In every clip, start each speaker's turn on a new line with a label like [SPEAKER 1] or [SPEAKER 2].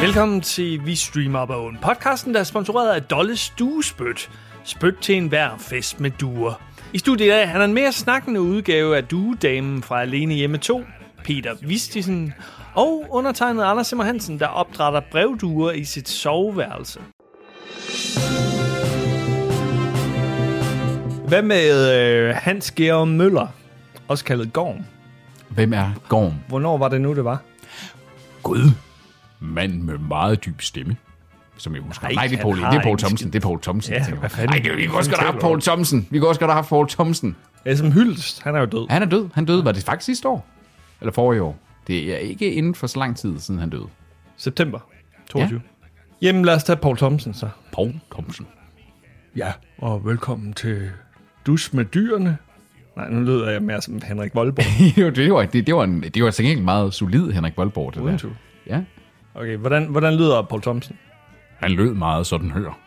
[SPEAKER 1] Velkommen til Vi Streamer Up Own, podcasten, der er sponsoreret af Dolle Stuespyt. Spyt til enhver fest med duer. I studiet i dag han er en mere snakkende udgave af duedamen fra Alene Hjemme 2, Peter Vistisen, og undertegnet Anders Simmer Hansen, der opdrætter brevduer i sit soveværelse. Hvad med øh, Hans Georg Møller, også kaldet Gorm?
[SPEAKER 2] Hvem er Gorm?
[SPEAKER 1] Hvornår var det nu, det var?
[SPEAKER 2] Gud. Mand med meget dyb stemme. Som jeg husker.
[SPEAKER 1] Nej,
[SPEAKER 2] Nej, Nej det er
[SPEAKER 1] han
[SPEAKER 2] Paul, det
[SPEAKER 1] har
[SPEAKER 2] er Paul
[SPEAKER 1] ikke en
[SPEAKER 2] Thomsen. Det er Paul Thomsen.
[SPEAKER 1] Ja,
[SPEAKER 2] jeg tænker
[SPEAKER 1] hvad
[SPEAKER 2] på.
[SPEAKER 1] fanden-
[SPEAKER 2] Ej, det, vi kunne også godt have haft
[SPEAKER 1] taler du
[SPEAKER 2] Paul Thomsen. Vi kunne også godt have haft Paul Thomsen.
[SPEAKER 1] Esm Hylst, han er jo død.
[SPEAKER 2] Han er død. Han døde, var det faktisk sidste år? Eller forrige år? Det er ikke inden for så lang tid, siden han døde.
[SPEAKER 1] September 22. Ja. Jamen lad os tage Paul Thomsen så.
[SPEAKER 2] Paul Thomsen.
[SPEAKER 1] Ja, og velkommen til Dus med dyrene. Nej, nu lyder jeg mere som Henrik Voldborg.
[SPEAKER 2] jo, det var, det, det var, en, det var til gengæld meget solid, Henrik Voldborg, det
[SPEAKER 1] Uden
[SPEAKER 2] der.
[SPEAKER 1] tvivl.
[SPEAKER 2] Ja.
[SPEAKER 1] Okay, hvordan, hvordan lyder Paul Thomsen?
[SPEAKER 2] Han lød meget sådan hører.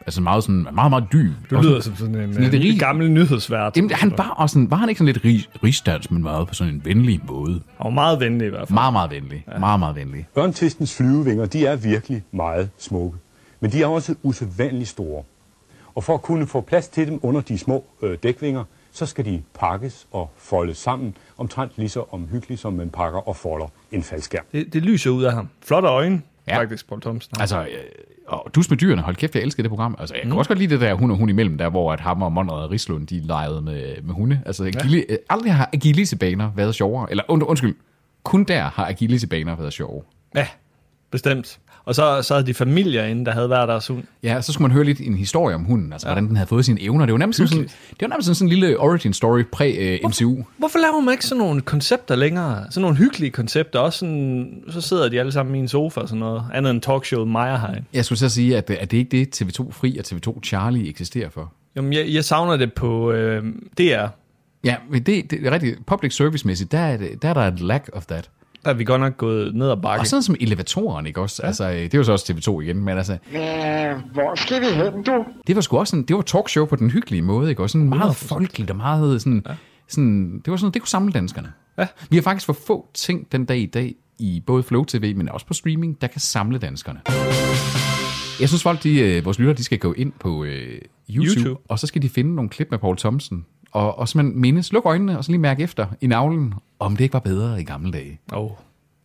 [SPEAKER 2] Altså meget sådan, meget, meget dyb.
[SPEAKER 1] Du
[SPEAKER 2] Og sådan-
[SPEAKER 1] lyder som sådan en,
[SPEAKER 2] lidt
[SPEAKER 1] øh,
[SPEAKER 2] rig-
[SPEAKER 1] gammel nyhedsvært.
[SPEAKER 2] Jamen, han var, også sådan, var han ikke sådan lidt rig, rigsdansk, men meget på sådan en venlig måde.
[SPEAKER 1] Han var meget venlig i hvert fald.
[SPEAKER 2] Meget, meget venlig. Ja. Meget, meget venlig.
[SPEAKER 3] Ørntistens flyvevinger, de er virkelig meget smukke. Men de er også usædvanligt store. Og for at kunne få plads til dem under de små øh, dækvinger, så skal de pakkes og foldes sammen, omtrent lige så omhyggeligt, som man pakker og folder en faldskærm.
[SPEAKER 1] Det, det lyser ud af ham. Flotte øjne, ja.
[SPEAKER 2] Ja.
[SPEAKER 1] faktisk, Paul Thomsen. har.
[SPEAKER 2] Altså, øh, og dus med dyrene, hold kæft, jeg elsker det program. Altså, jeg kan mm. også godt lide det der hund og hund imellem, der hvor at ham og Monrad og Rislund, de legede med, med hunde. Altså, Agili, øh, aldrig har Agilisebaner været sjovere. Eller und, undskyld, kun der har Agilisebaner været sjovere.
[SPEAKER 1] Ja, bestemt. Og så, så havde de familier inde, der havde været deres hund.
[SPEAKER 2] Ja, så skulle man høre lidt en historie om hunden, altså ja. hvordan den havde fået sine evner. Det var nærmest sådan, sådan, det var nærmest sådan, sådan en lille origin story øh, præ-MCU.
[SPEAKER 1] Hvorfor laver man ikke sådan nogle koncepter længere? Sådan nogle hyggelige koncepter. Også sådan, så sidder de alle sammen i en sofa og sådan noget. Andet end talkshowet Meyerheim.
[SPEAKER 2] Jeg skulle så sige, at, øh, at det ikke er det, TV2 Fri og TV2 Charlie eksisterer for.
[SPEAKER 1] Jamen, jeg, jeg savner det på øh, DR.
[SPEAKER 2] Ja, men det, det er rigtigt. Public service-mæssigt, der er, det, der er der et lack of that.
[SPEAKER 1] Der er vi godt nok gået ned ad bakke.
[SPEAKER 2] Og sådan som elevatoren, ikke også? Ja. Altså, øh, det er jo så også TV2 igen, men altså,
[SPEAKER 4] Øh, hvor skal vi hen, du?
[SPEAKER 2] det var sgu også sådan, det var talkshow på den hyggelige måde, ikke også? Sådan meget folkeligt og meget øh, sådan, ja. sådan, det var sådan, det kunne samle danskerne.
[SPEAKER 1] Ja.
[SPEAKER 2] Vi har faktisk for få ting den dag i dag, i både Flow TV, men også på streaming, der kan samle danskerne. Jeg synes folk, de, øh, vores lyttere, de skal gå ind på øh, YouTube,
[SPEAKER 1] YouTube.
[SPEAKER 2] YouTube, og så skal de finde nogle klip med Paul Thomsen, og, og simpelthen mindes, luk øjnene, og så lige mærke efter i navlen, om det ikke var bedre i gamle dage.
[SPEAKER 1] Åh, oh,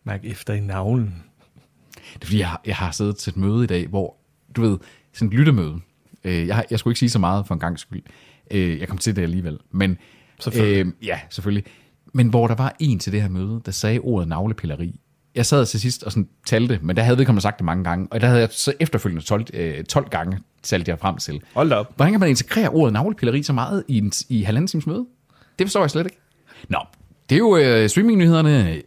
[SPEAKER 1] mærk efter i navlen.
[SPEAKER 2] Det er fordi, jeg, har- jeg har siddet til et møde i dag, hvor, du ved, sådan et lyttemøde. Øh, jeg, har- jeg skulle ikke sige så meget for en gang skyld. Øh, jeg kom til det alligevel. Men,
[SPEAKER 1] Selvfølgelig.
[SPEAKER 2] Øh, ja, selvfølgelig. Men hvor der var en til det her møde, der sagde ordet navlepilleri. Jeg sad til sidst og sådan talte, men der havde vedkommende sagt det mange gange, og der havde jeg så efterfølgende 12, øh, 12 gange talt jeg frem til.
[SPEAKER 1] Hold da op.
[SPEAKER 2] Hvordan kan man integrere ordet navlepilleri så meget i, en, i halvanden times møde? Det forstår jeg slet ikke. Nå, det er jo øh, streamingnyhederne.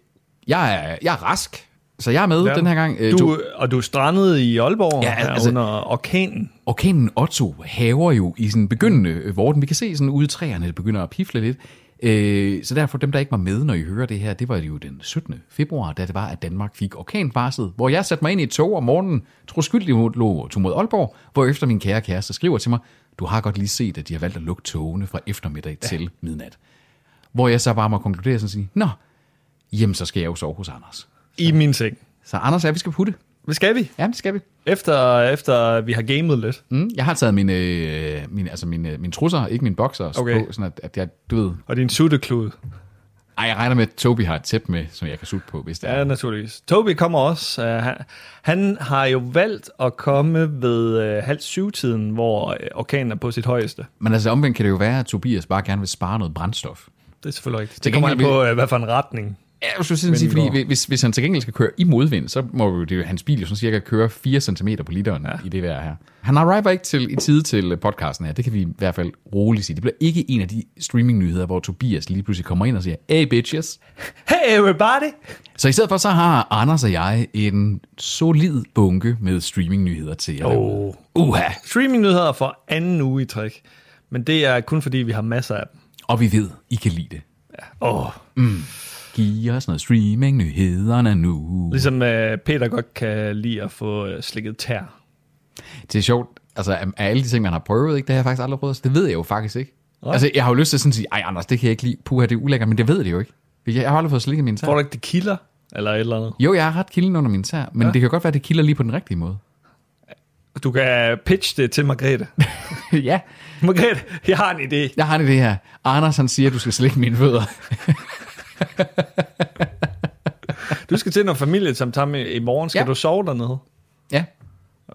[SPEAKER 2] Jeg er, jeg er rask, så jeg er med ja. den her gang. Øh,
[SPEAKER 1] Du, og du strandede i Aalborg ja,
[SPEAKER 2] Ja,
[SPEAKER 1] altså,
[SPEAKER 2] altså-
[SPEAKER 1] under orkanen.
[SPEAKER 2] orkanen Otto haver jo i sådan begyndende øh, vorten. Vi kan se sådan ude i træerne, det begynder at pifle lidt. Øh, så derfor dem, der ikke var med, når I hører det her, det var jo den 17. februar, da det var, at Danmark fik orkanvarslet, hvor jeg satte mig ind i et tog om morgenen, troskyldigt lå tog mod Aalborg, hvor efter min kære kæreste skriver til mig, du har godt lige set, at de har valgt at lukke togene fra eftermiddag ja. til midnat. Hvor jeg så bare må konkludere sådan og sige, nå, jamen så skal jeg jo sove hos Anders.
[SPEAKER 1] I min seng.
[SPEAKER 2] Så Anders og jeg, vi skal putte.
[SPEAKER 1] Hvad skal vi?
[SPEAKER 2] Ja, det skal vi.
[SPEAKER 1] Efter, efter vi har gamet lidt.
[SPEAKER 2] Mm, jeg har taget mine, øh, mine, altså mine, mine trusser, ikke mine bokser,
[SPEAKER 1] Okay.
[SPEAKER 2] okay. på, sådan at, at jeg, du ved...
[SPEAKER 1] Og din sutteklud.
[SPEAKER 2] Ej, jeg regner med, at Toby har et tæp med, som jeg kan sutte på, hvis det
[SPEAKER 1] Ja,
[SPEAKER 2] er.
[SPEAKER 1] naturligvis. Toby kommer også. Uh, han, han har jo valgt at komme ved uh, halv syv-tiden, hvor øh, orkanen er på sit højeste.
[SPEAKER 2] Men altså omvendt kan det jo være, at Tobias bare gerne vil spare noget brændstof.
[SPEAKER 1] Det er selvfølgelig rigtigt. Det
[SPEAKER 2] Til
[SPEAKER 1] kommer an
[SPEAKER 2] gengæld
[SPEAKER 1] på, uh, hvad for en retning.
[SPEAKER 2] Ja, jeg skulle sådan sige,
[SPEAKER 1] Vinden går.
[SPEAKER 2] fordi hvis, hvis han til gengæld skal køre i modvind, så må jo det, hans bil jo sådan cirka køre 4 cm på literen ja. i det vejr her. Han arriver ikke til, i tide til øh, podcasten her, det kan vi i hvert fald roligt sige. Det bliver ikke en af de streaming-nyheder, hvor Tobias lige pludselig kommer ind og siger, hey bitches,
[SPEAKER 1] Hey everybody!
[SPEAKER 2] Så i stedet for, så har Anders og jeg en solid bunke med streaming-nyheder til jer.
[SPEAKER 1] Oh.
[SPEAKER 2] Uha!
[SPEAKER 1] Streaming-nyheder for anden uge i træk. Men det er kun fordi, vi har masser af dem.
[SPEAKER 2] Og vi ved, I kan lide det.
[SPEAKER 1] Åh, oh,
[SPEAKER 2] Giv os noget streaming-nyhederne nu.
[SPEAKER 1] Ligesom øh, Peter godt kan lide at få øh, slikket tær.
[SPEAKER 2] Det er sjovt, altså af af alle de ting, man har prøvet, ikke, det har jeg faktisk aldrig prøvet, så det ved jeg jo faktisk ikke. Altså, jeg har jo lyst til sådan at sige, ej Anders, det kan jeg ikke lide, puha, det er ulækkert, men det ved det jo ikke. Jeg har aldrig fået slikket min tær.
[SPEAKER 1] Tror du ikke, det kilder? Eller et eller andet.
[SPEAKER 2] Jo, jeg er ret kilden under min tær, men ja. det kan godt være, at det kilder lige på den rigtige måde.
[SPEAKER 1] Du kan pitche det til Margrethe.
[SPEAKER 2] ja,
[SPEAKER 1] Margrethe, jeg har en idé.
[SPEAKER 2] jeg har det det her. Anders han siger, at du skal slikke mine fødder.
[SPEAKER 1] Du skal til noget familie som tager med i morgen. Skal
[SPEAKER 2] Ja.
[SPEAKER 1] ja. du sove dernede?
[SPEAKER 2] ja,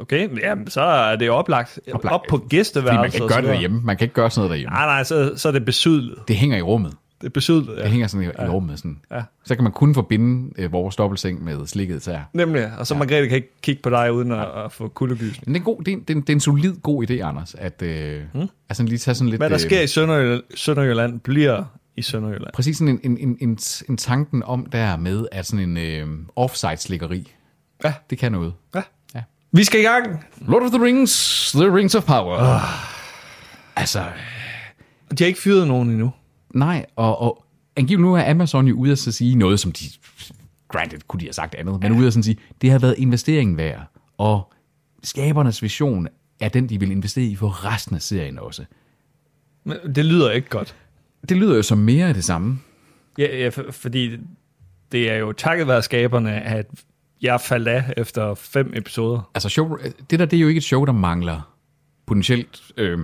[SPEAKER 1] Okay, jamen, så er det oplagt.
[SPEAKER 2] Oplagt.
[SPEAKER 1] oplagt. Op på
[SPEAKER 2] fordi man
[SPEAKER 1] gæsteværelset.
[SPEAKER 2] kan ikke
[SPEAKER 1] og så
[SPEAKER 2] gøre det
[SPEAKER 1] videre.
[SPEAKER 2] derhjemme. Man kan ikke gøre sådan noget derhjemme.
[SPEAKER 1] Nej, nej, så, så er det besydlet.
[SPEAKER 2] Det hænger i rummet.
[SPEAKER 1] Det er besydlet,
[SPEAKER 2] Det
[SPEAKER 1] ja.
[SPEAKER 2] hænger sådan i, i rummet. Sådan.
[SPEAKER 1] Ja.
[SPEAKER 2] Så kan man kun forbinde øh, vores dobbeltseng med slikket tær.
[SPEAKER 1] Nemlig, og så ja. Margrethe kan ikke kigge på dig uden at, at få kuldegysning.
[SPEAKER 2] Men det er, en god, det, er, en- det, er, en- det er en solid god idé, Anders, at øh, hmm? altså lige tage sådan lidt...
[SPEAKER 1] Hvad der
[SPEAKER 2] øh,
[SPEAKER 1] sker i Sønderjylland, Sønderjylland bliver i Sønderjylland.
[SPEAKER 2] Præcis sådan en, en, en, en, en tanken om der med, at sådan en øh, offside-slikkeri,
[SPEAKER 1] Ja.
[SPEAKER 2] det kan noget.
[SPEAKER 1] Ja.
[SPEAKER 2] Ja.
[SPEAKER 1] Vi skal i gang.
[SPEAKER 2] Lord of the Rings, The Rings of Power.
[SPEAKER 1] Ah.
[SPEAKER 2] Uh. Altså,
[SPEAKER 1] Og De har ikke fyret nogen endnu.
[SPEAKER 2] nej, og, og angiveligt nu er Amazon jo ude at så sige noget, som de, granted kunne de have sagt andet, men ude at sådan sige, det har været investeringen værd, og skabernes vision er den, de vil investere i for resten af serien også.
[SPEAKER 1] Men det lyder ikke godt.
[SPEAKER 2] Det lyder jo som mere af det samme.
[SPEAKER 1] Ja, ja for, fordi det er jo takket være skaberne, at jeg faldt af efter fem episoder.
[SPEAKER 2] Altså, show, det der, det er jo ikke et show, der mangler potentielt, øh,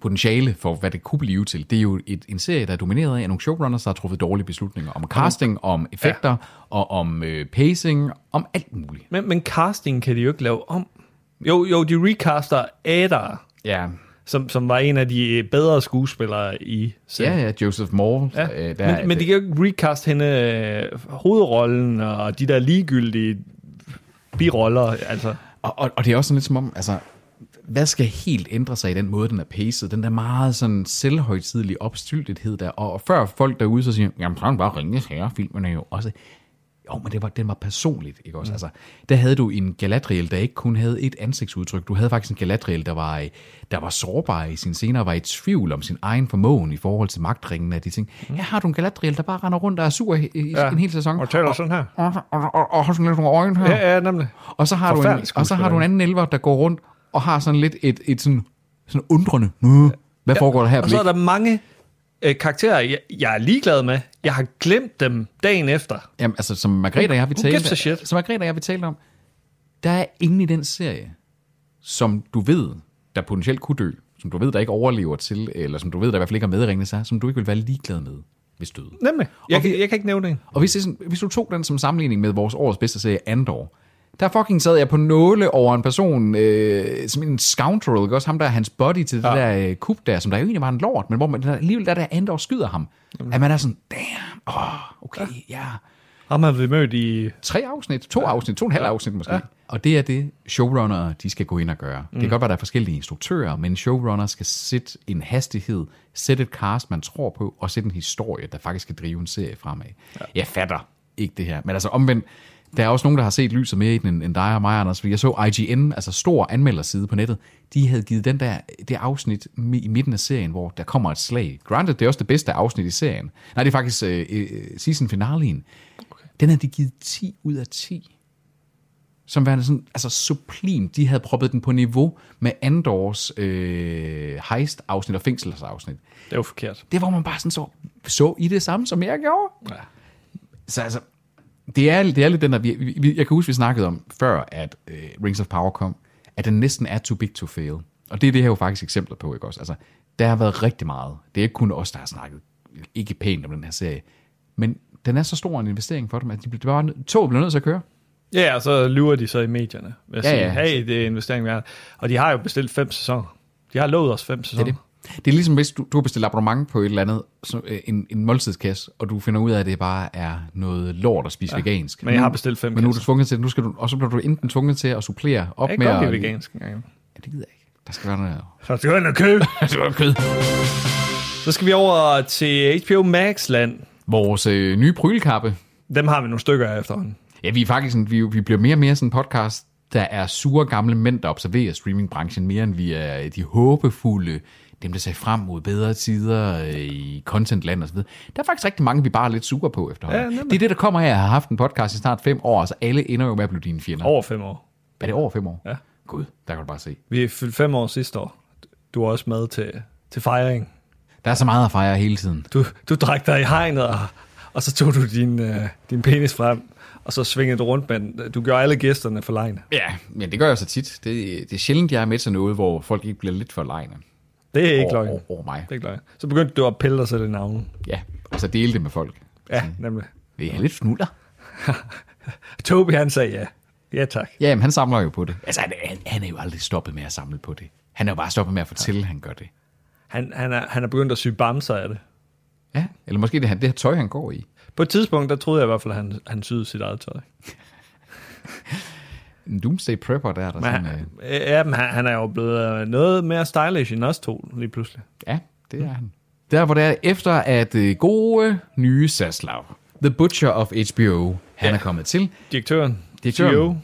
[SPEAKER 2] potentiale for, hvad det kunne blive til. Det er jo et, en serie, der er domineret af nogle showrunners, der har truffet dårlige beslutninger om casting, om effekter, ja. og om øh, pacing, om alt muligt.
[SPEAKER 1] Men, men casting kan de jo ikke lave om. Jo, jo, de recaster Ada,
[SPEAKER 2] Ja,
[SPEAKER 1] som, som var en af de øh, bedre skuespillere i serien.
[SPEAKER 2] ja, ja Joseph Moore.
[SPEAKER 1] Ja.
[SPEAKER 2] Øh,
[SPEAKER 1] men,
[SPEAKER 2] er-
[SPEAKER 1] men de kan jo ikke recast hende øh, hovedrollen og de der ligegyldige biroller. Altså,
[SPEAKER 2] Og, og, og det er også sådan lidt som om, altså, hvad skal helt ændre sig i den måde, den er paced? Den der meget sådan selvhøjtidlige opstyltethed der. Og, og før folk derude så siger, jamen sådan var Ringes Herre, filmen er jo også... Jo, men det var, den var personligt, ikke også? Mm. Altså, der havde du en Galadriel, der ikke kun havde et ansigtsudtryk. Du havde faktisk en Galadriel, der var, øh, der var sårbar i sin senere, var i tvivl om sin egen formågen i forhold til magtringen af de ting. Mm. Ja, har du en Galadriel, der bare render rundt og er sur i, i ja. en hel sæson?
[SPEAKER 1] og taler sådan her.
[SPEAKER 2] og, og, og, og har sådan lidt nogle øjne her.
[SPEAKER 1] Ja, ja, nemlig.
[SPEAKER 2] Og så har, du en,
[SPEAKER 1] Forfærdelig
[SPEAKER 2] og så har du en
[SPEAKER 1] skuespiller.
[SPEAKER 2] anden elver, der går rundt og har sådan lidt et, et sådan, sådan undrende, nu, hvad foregår der her?
[SPEAKER 1] Og så er
[SPEAKER 2] blik?"
[SPEAKER 1] der mange øh, karakterer, jeg, jeg er ligeglad med. Jeg har glemt dem dagen efter.
[SPEAKER 2] Jamen, altså, som Margrethe og jeg, vi
[SPEAKER 1] Who gives a
[SPEAKER 2] talte,
[SPEAKER 1] shit?
[SPEAKER 2] som Margrethe og jeg, vi talte om, der er ingen i den serie, som du ved, der potentielt kunne dø, som du ved, der ikke overlever til, eller som du ved, der i hvert fald ikke er medringende sig, som du ikke vil være ligeglad med, hvis døde.
[SPEAKER 1] Nemlig. Jeg,
[SPEAKER 2] Og vi-
[SPEAKER 1] kan, jeg kan ikke nævne en.
[SPEAKER 2] Og hvis, det er sådan, hvis du tog den som sammenligning med vores årets bedste serie, Andor, der fucking sad jeg på nåle over en person, øh, som en scoundrel, ikke også? Ham der, er hans body til det ja. der øh, kub der, som der jo egentlig var en lort, men hvor man der, alligevel der, der Andor skyder ham. Mm. At man er sådan, damn, åh, okay, ja. ja.
[SPEAKER 1] Ham har vi mødt i...
[SPEAKER 2] Tre afsnit, to afsnit, to og en halv afsnit måske. Ja. Og det er det, showrunner, de skal gå ind og gøre. Mm. Det kan godt være, der er forskellige instruktører, men showrunner skal sætte en hastighed, sætte et cast, man tror på, og sætte en historie, der faktisk skal drive en serie fremad. Ja. Jeg fatter ikke det her. Men altså omvendt, der er også nogen, der har set lyset mere i den, end- end dig og mig, Anders. Fordi jeg så IGN, altså stor anmelderside på nettet, de havde givet den der, det afsnit mi- i midten af serien, hvor der kommer et slag. Granted, det er også det bedste afsnit i serien. Nej, det er faktisk øh, øh, season finalen. Den havde de givet 10 ud af 10. Som værende sådan, altså sublim. De havde proppet den på niveau med Andors øh, heist-afsnit og fængselsafsnit.
[SPEAKER 1] Det er jo forkert.
[SPEAKER 2] Det var man bare sådan så, så i det samme, som jeg gjorde.
[SPEAKER 1] Ja.
[SPEAKER 2] Så altså, det er, det er lidt den der, vi, vi, jeg kan huske, vi snakkede om før, at øh, Rings of Power kom, at den næsten er too big to fail. Og det er det her jo faktisk eksempler på, ikke også? Altså, der har været rigtig meget. Det er ikke kun os, der har snakket ikke pænt om den her serie. Men den er så stor en investering for dem, at de blev, det var, toget blev nødt til at køre.
[SPEAKER 1] Ja, og så lyver de så i medierne. Ved at
[SPEAKER 2] Ja,
[SPEAKER 1] ja, sige,
[SPEAKER 2] ja.
[SPEAKER 1] ja. hey, det er investering værd. Og de har jo bestilt fem sæsoner. De har lovet os fem sæsoner.
[SPEAKER 2] Det er det. Det er ligesom, hvis du, du har bestilt abonnement på et eller andet, så, øh, en, en måltidskasse, og du finder ud af, at det bare er noget lort at spise ja, vegansk.
[SPEAKER 1] men jeg har
[SPEAKER 2] Nu-
[SPEAKER 1] bestilt fem
[SPEAKER 2] Men nu er du
[SPEAKER 1] kasser.
[SPEAKER 2] tvunget til det. Nu skal du, og så bliver du enten tvunget til at supplere op
[SPEAKER 1] Jeg
[SPEAKER 2] med...
[SPEAKER 1] kan godt
[SPEAKER 2] at-
[SPEAKER 1] lide vegansk engang.
[SPEAKER 2] Ja, det gider jeg ikke. Der skal være noget...
[SPEAKER 1] Så skal jeg ind og købe.
[SPEAKER 2] Der skal være kød.
[SPEAKER 1] Så skal vi over til HBO Max land.
[SPEAKER 2] Vores øh, nye prylkappe.
[SPEAKER 1] Dem har vi nogle stykker af efterhånden.
[SPEAKER 2] Ja, vi er faktisk sådan, vi, vi bliver mere og mere sådan en podcast, der er sure gamle mænd, der observerer streamingbranchen mere, end vi er de håbefulde, dem der ser frem mod bedre tider øh, i contentland osv. Der er faktisk rigtig mange, vi bare er lidt sure på efterhånden. Ja, det er det, der kommer af, at jeg har haft en podcast i snart fem år, så alle ender jo med at blive dine fjender.
[SPEAKER 1] Over fem år.
[SPEAKER 2] Er det over fem år?
[SPEAKER 1] Ja.
[SPEAKER 2] Gud, der kan du bare se.
[SPEAKER 1] Vi fyldte fem år sidste år. Du er også med til, til fejring.
[SPEAKER 2] Der er så meget at fejre hele tiden.
[SPEAKER 1] Du, du drak dig i hegnet og, og og så tog du din, øh, din penis frem, og så svingede du rundt med den. Du gjorde alle gæsterne for lejen.
[SPEAKER 2] Ja, men det gør jeg så tit. Det, det er sjældent, jeg er med til noget, hvor folk ikke bliver lidt for lejende
[SPEAKER 1] Det er ikke
[SPEAKER 2] over,
[SPEAKER 1] løgn.
[SPEAKER 2] over,
[SPEAKER 1] Det
[SPEAKER 2] over mig.
[SPEAKER 1] er ikke løgn. Så begyndte du at pille dig selv i navnen.
[SPEAKER 2] Ja, og så dele det med folk.
[SPEAKER 1] Ja, nemlig.
[SPEAKER 2] Vil I have lidt fnuller?
[SPEAKER 1] Toby han sagde ja. Ja tak.
[SPEAKER 2] Ja, men han samler jo på det. Altså, han, han, han er jo aldrig stoppet med at samle på det. Han er jo bare stoppet med at fortælle, at han gør det.
[SPEAKER 1] Han, han, er, han er begyndt at sy bamser af det.
[SPEAKER 2] Ja, eller måske det, er han- det her tøj, han går i.
[SPEAKER 1] På et tidspunkt, der troede jeg i hvert fald, at han, han syede sit eget tøj. En
[SPEAKER 2] En doomsday prepper, der er der
[SPEAKER 1] Men
[SPEAKER 2] sådan... Øh,
[SPEAKER 1] han, ja, men han, han er jo blevet øh, noget mere stylish end os to lige pludselig.
[SPEAKER 2] ja, det er han. Der, hvor det er efter, at øh, gode nye Saslav, The Butcher of HBO, han er kommet til,
[SPEAKER 1] Direktøren. E
[SPEAKER 2] Direktøren.
[SPEAKER 1] CEO.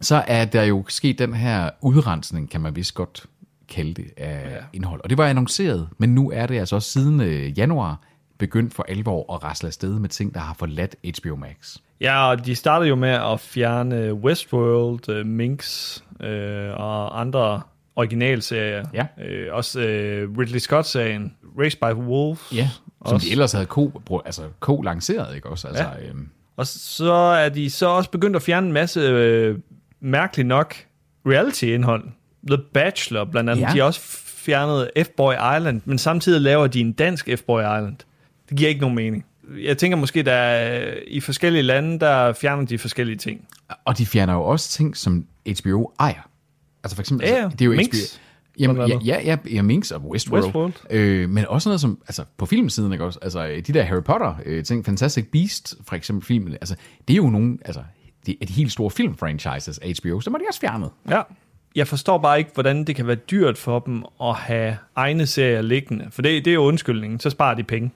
[SPEAKER 2] så er der jo sket den her udrensning, kan man vist godt kalde det, af ja. indhold. Og det var annonceret, men nu er det altså også siden øh, januar begyndt for alvor at rasle afsted med ting, der har forladt HBO Max.
[SPEAKER 1] Ja, og de startede jo med at fjerne Westworld, øh, Minx øh, og andre originalserier.
[SPEAKER 2] Ja.
[SPEAKER 1] Øh, også øh, Ridley Scott-serien, Race by Wolves.
[SPEAKER 2] Ja, som
[SPEAKER 1] Også.
[SPEAKER 2] de ellers havde ko, bro- altså, ko lanceret, ikke også? Altså, ja. øhm,
[SPEAKER 1] Og så er de så også begyndt at fjerne en masse, øh, mærkeligt nok, reality-indhold. The Bachelor blandt andet.
[SPEAKER 2] Ja.
[SPEAKER 1] Ja. De har også fjernet F-Boy Island, men samtidig laver de en dansk F-Boy Island. Det giver ikke nogen mening. Jeg tænker måske, der er, i forskellige lande, der fjerner de forskellige ting.
[SPEAKER 2] og de fjerner jo også ting, som HBO ejer. Altså for eksempel,
[SPEAKER 1] Ja, ja.
[SPEAKER 2] altså, det er jo
[SPEAKER 1] Minx,
[SPEAKER 2] HBO. Jamen,
[SPEAKER 1] blandt
[SPEAKER 2] ja,
[SPEAKER 1] andet.
[SPEAKER 2] ja, ja, ja, Minx og Westworld.
[SPEAKER 1] Westworld.
[SPEAKER 2] Øh, men også noget som, altså på filmsiden, ikke også? Altså øh, de der Harry Potter øh, ting, Fantastic Beast for eksempel filmen, altså det er jo nogle, altså det er de helt store filmfranchises af HBO, så må de også fjernet.
[SPEAKER 1] Ja. Jeg forstår bare ikke, hvordan det kan være dyrt for dem at have egne serier liggende. For det, det er jo undskyldningen. Så sparer de penge.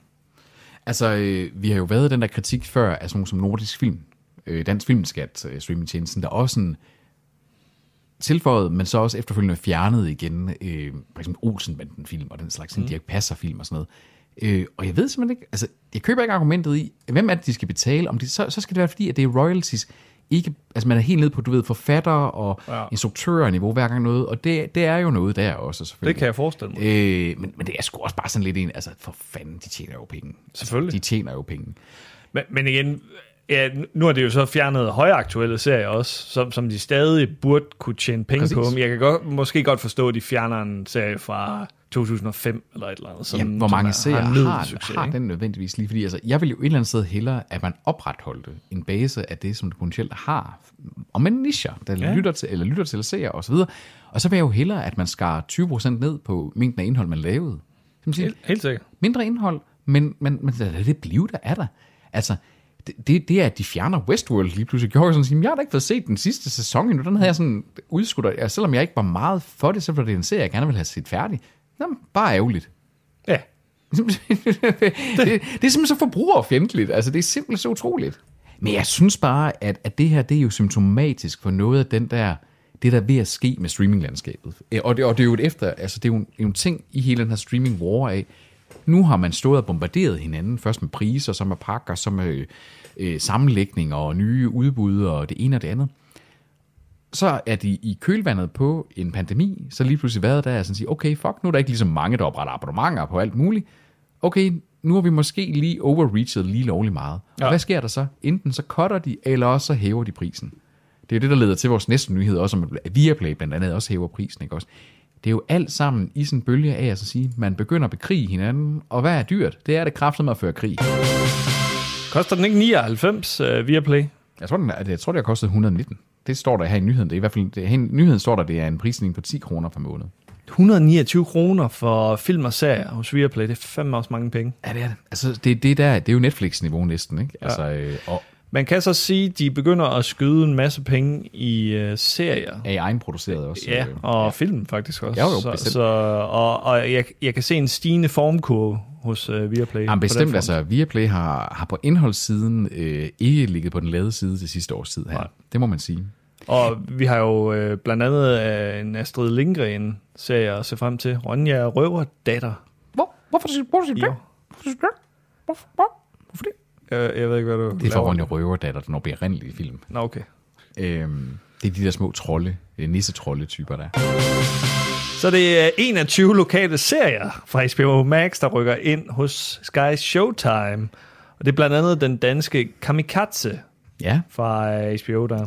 [SPEAKER 2] Altså, øh, vi har jo været i den der kritik før af sådan nogle som Nordisk Film, øh, Dansk Filmskat, øh, streamingtjenesten, der også sådan tilføjet, men så også efterfølgende fjernet igen, øh, for eksempel Olsenbanden-film og den slags, sådan, mm. Dirk Passer-film og sådan noget. Øh, og jeg ved simpelthen ikke, altså, jeg køber ikke argumentet i, hvem er det, de skal betale, om de, så, så skal det være, fordi at det er royalties, ikke, altså man er helt nede på, du ved, forfatter og ja.
[SPEAKER 1] Ja.
[SPEAKER 2] instruktører-niveau hver gang noget, og det, det er jo noget der også, selvfølgelig.
[SPEAKER 1] Det kan jeg forestille mig.
[SPEAKER 2] Øh, men, men det er sgu også bare sådan lidt en, altså for fanden, de tjener jo penge.
[SPEAKER 1] Selvfølgelig.
[SPEAKER 2] Altså, de tjener jo penge.
[SPEAKER 1] Men, men igen, ja, nu har det jo så fjernet højaktuelle serier også, som, som de stadig burde kunne tjene penge
[SPEAKER 2] Præcis.
[SPEAKER 1] Præcis. på. Men jeg kan godt, måske godt forstå, at de fjerner en serie fra 2005 eller et eller andet. Som,
[SPEAKER 2] Som, ja, hvor mange
[SPEAKER 1] som
[SPEAKER 2] serier
[SPEAKER 1] er-
[SPEAKER 2] har,
[SPEAKER 1] nydelig
[SPEAKER 2] har, har den nødvendigvis lige? Fordi altså, jeg vil jo et eller andet sted hellere, at man opretholdte en base af det, som du potentielt har. Og man nischer, der ja.
[SPEAKER 1] Ja.
[SPEAKER 2] lytter til, eller lytter til seere osv. Og så vil jeg jo hellere, at man skar 20% ned på mængden af indhold, man lavede. Som siger,
[SPEAKER 1] Helt, helt sikkert.
[SPEAKER 2] mindre indhold, men, men, men lad det blive, der er der. Altså, det, det, det er, at de fjerner Westworld lige pludselig, gjorde jo sådan, at sige, "Men jeg har da ikke fået set den sidste sæson endnu, den havde jeg sådan udskudt, og selvom jeg ikke var meget for det, så var det en serie, jeg gerne ville have set færdig. Nå, men bare ærgerligt.
[SPEAKER 1] Ja.
[SPEAKER 2] det, det, det er simpelthen så forbrugerfjendtligt, altså det er simpelthen så utroligt. Men jeg synes bare, at, at det her, det er jo symptomatisk for noget af den der, det der er ved at ske med streaminglandskabet. Øh, Og det, og det er jo et efter, altså det er jo en, en ting i hele den her streaming war af, nu har man stået og bombarderet hinanden, først med priser, så med pakker, så med øh, sammenlægninger og nye udbud og det ene og det andet så er de i kølvandet på en pandemi, så lige pludselig været der og sådan sige, okay, fuck, nu er der ikke lige så mange, der opretter abonnementer på alt muligt. Okay, nu har vi måske lige overreachet lige lovligt meget. Ja. Og
[SPEAKER 1] Ja.
[SPEAKER 2] hvad sker der så? Enten så cutter de, eller også så hæver de prisen. Det er jo det, der leder til vores næste nyhed også, om at Viaplay blandt andet også hæver prisen, ikke også? Det er jo alt sammen i sådan en bølge af altså at så sige, man begynder at bekrige hinanden, og hvad er dyrt? Det er det kraftigt med at føre krig.
[SPEAKER 1] Koster den ikke 99 uh, via Play?
[SPEAKER 2] Jeg tror, den er, jeg tror, det har kostet 119. Det står der her i nyheden. Det er i hvert fald, det, her i nyheden står der, det er en prisning på 10 kroner per måned.
[SPEAKER 1] 129 kroner for film og serier hos Viaplay, det er fandme også mange penge.
[SPEAKER 2] Ja, det er det. Altså, det, det, der, det er jo Netflix-niveau næsten, ikke? Altså, øh, og
[SPEAKER 1] Man kan så sige, at de begynder at skyde en masse penge i uh, serier.
[SPEAKER 2] AI'en produceret også.
[SPEAKER 1] Ja,
[SPEAKER 2] øh.
[SPEAKER 1] og film faktisk også.
[SPEAKER 2] Jo, jo,
[SPEAKER 1] så,
[SPEAKER 2] bestemt.
[SPEAKER 1] så, og og jeg, jeg kan se en stigende formkurve hos uh, Viaplay. på
[SPEAKER 2] Jamen,
[SPEAKER 1] den
[SPEAKER 2] bestemt,
[SPEAKER 1] front.
[SPEAKER 2] altså, Viaplay har, har på indholdssiden øh, ikke ligget på den lade side det sidste års tid her. Nej.
[SPEAKER 1] Nej.
[SPEAKER 2] Det må man sige.
[SPEAKER 1] Og vi har jo øh, blandt andet øh, en Astrid Lindgren serie at se frem til. Ronja Røver Datter.
[SPEAKER 2] Hvor, hvorfor siger du det?
[SPEAKER 1] Jo.
[SPEAKER 2] Hvorfor siger du det? Hvorfor, hvor, hvorfor det?
[SPEAKER 1] Jeg, jeg ved ikke, hvad du
[SPEAKER 2] Det er fra Ronja Røverdatter, den oprindelige film.
[SPEAKER 1] Nå, okay.
[SPEAKER 2] Øhm, det er de der små trolde, øh, nisse-trolde-typer, der er.
[SPEAKER 1] Så det er 21 lokale serier fra HBO Max, der rykker ind hos Sky Showtime. Og det er blandt andet den danske Kamikaze
[SPEAKER 2] Ja,
[SPEAKER 1] fra øh, HBO der.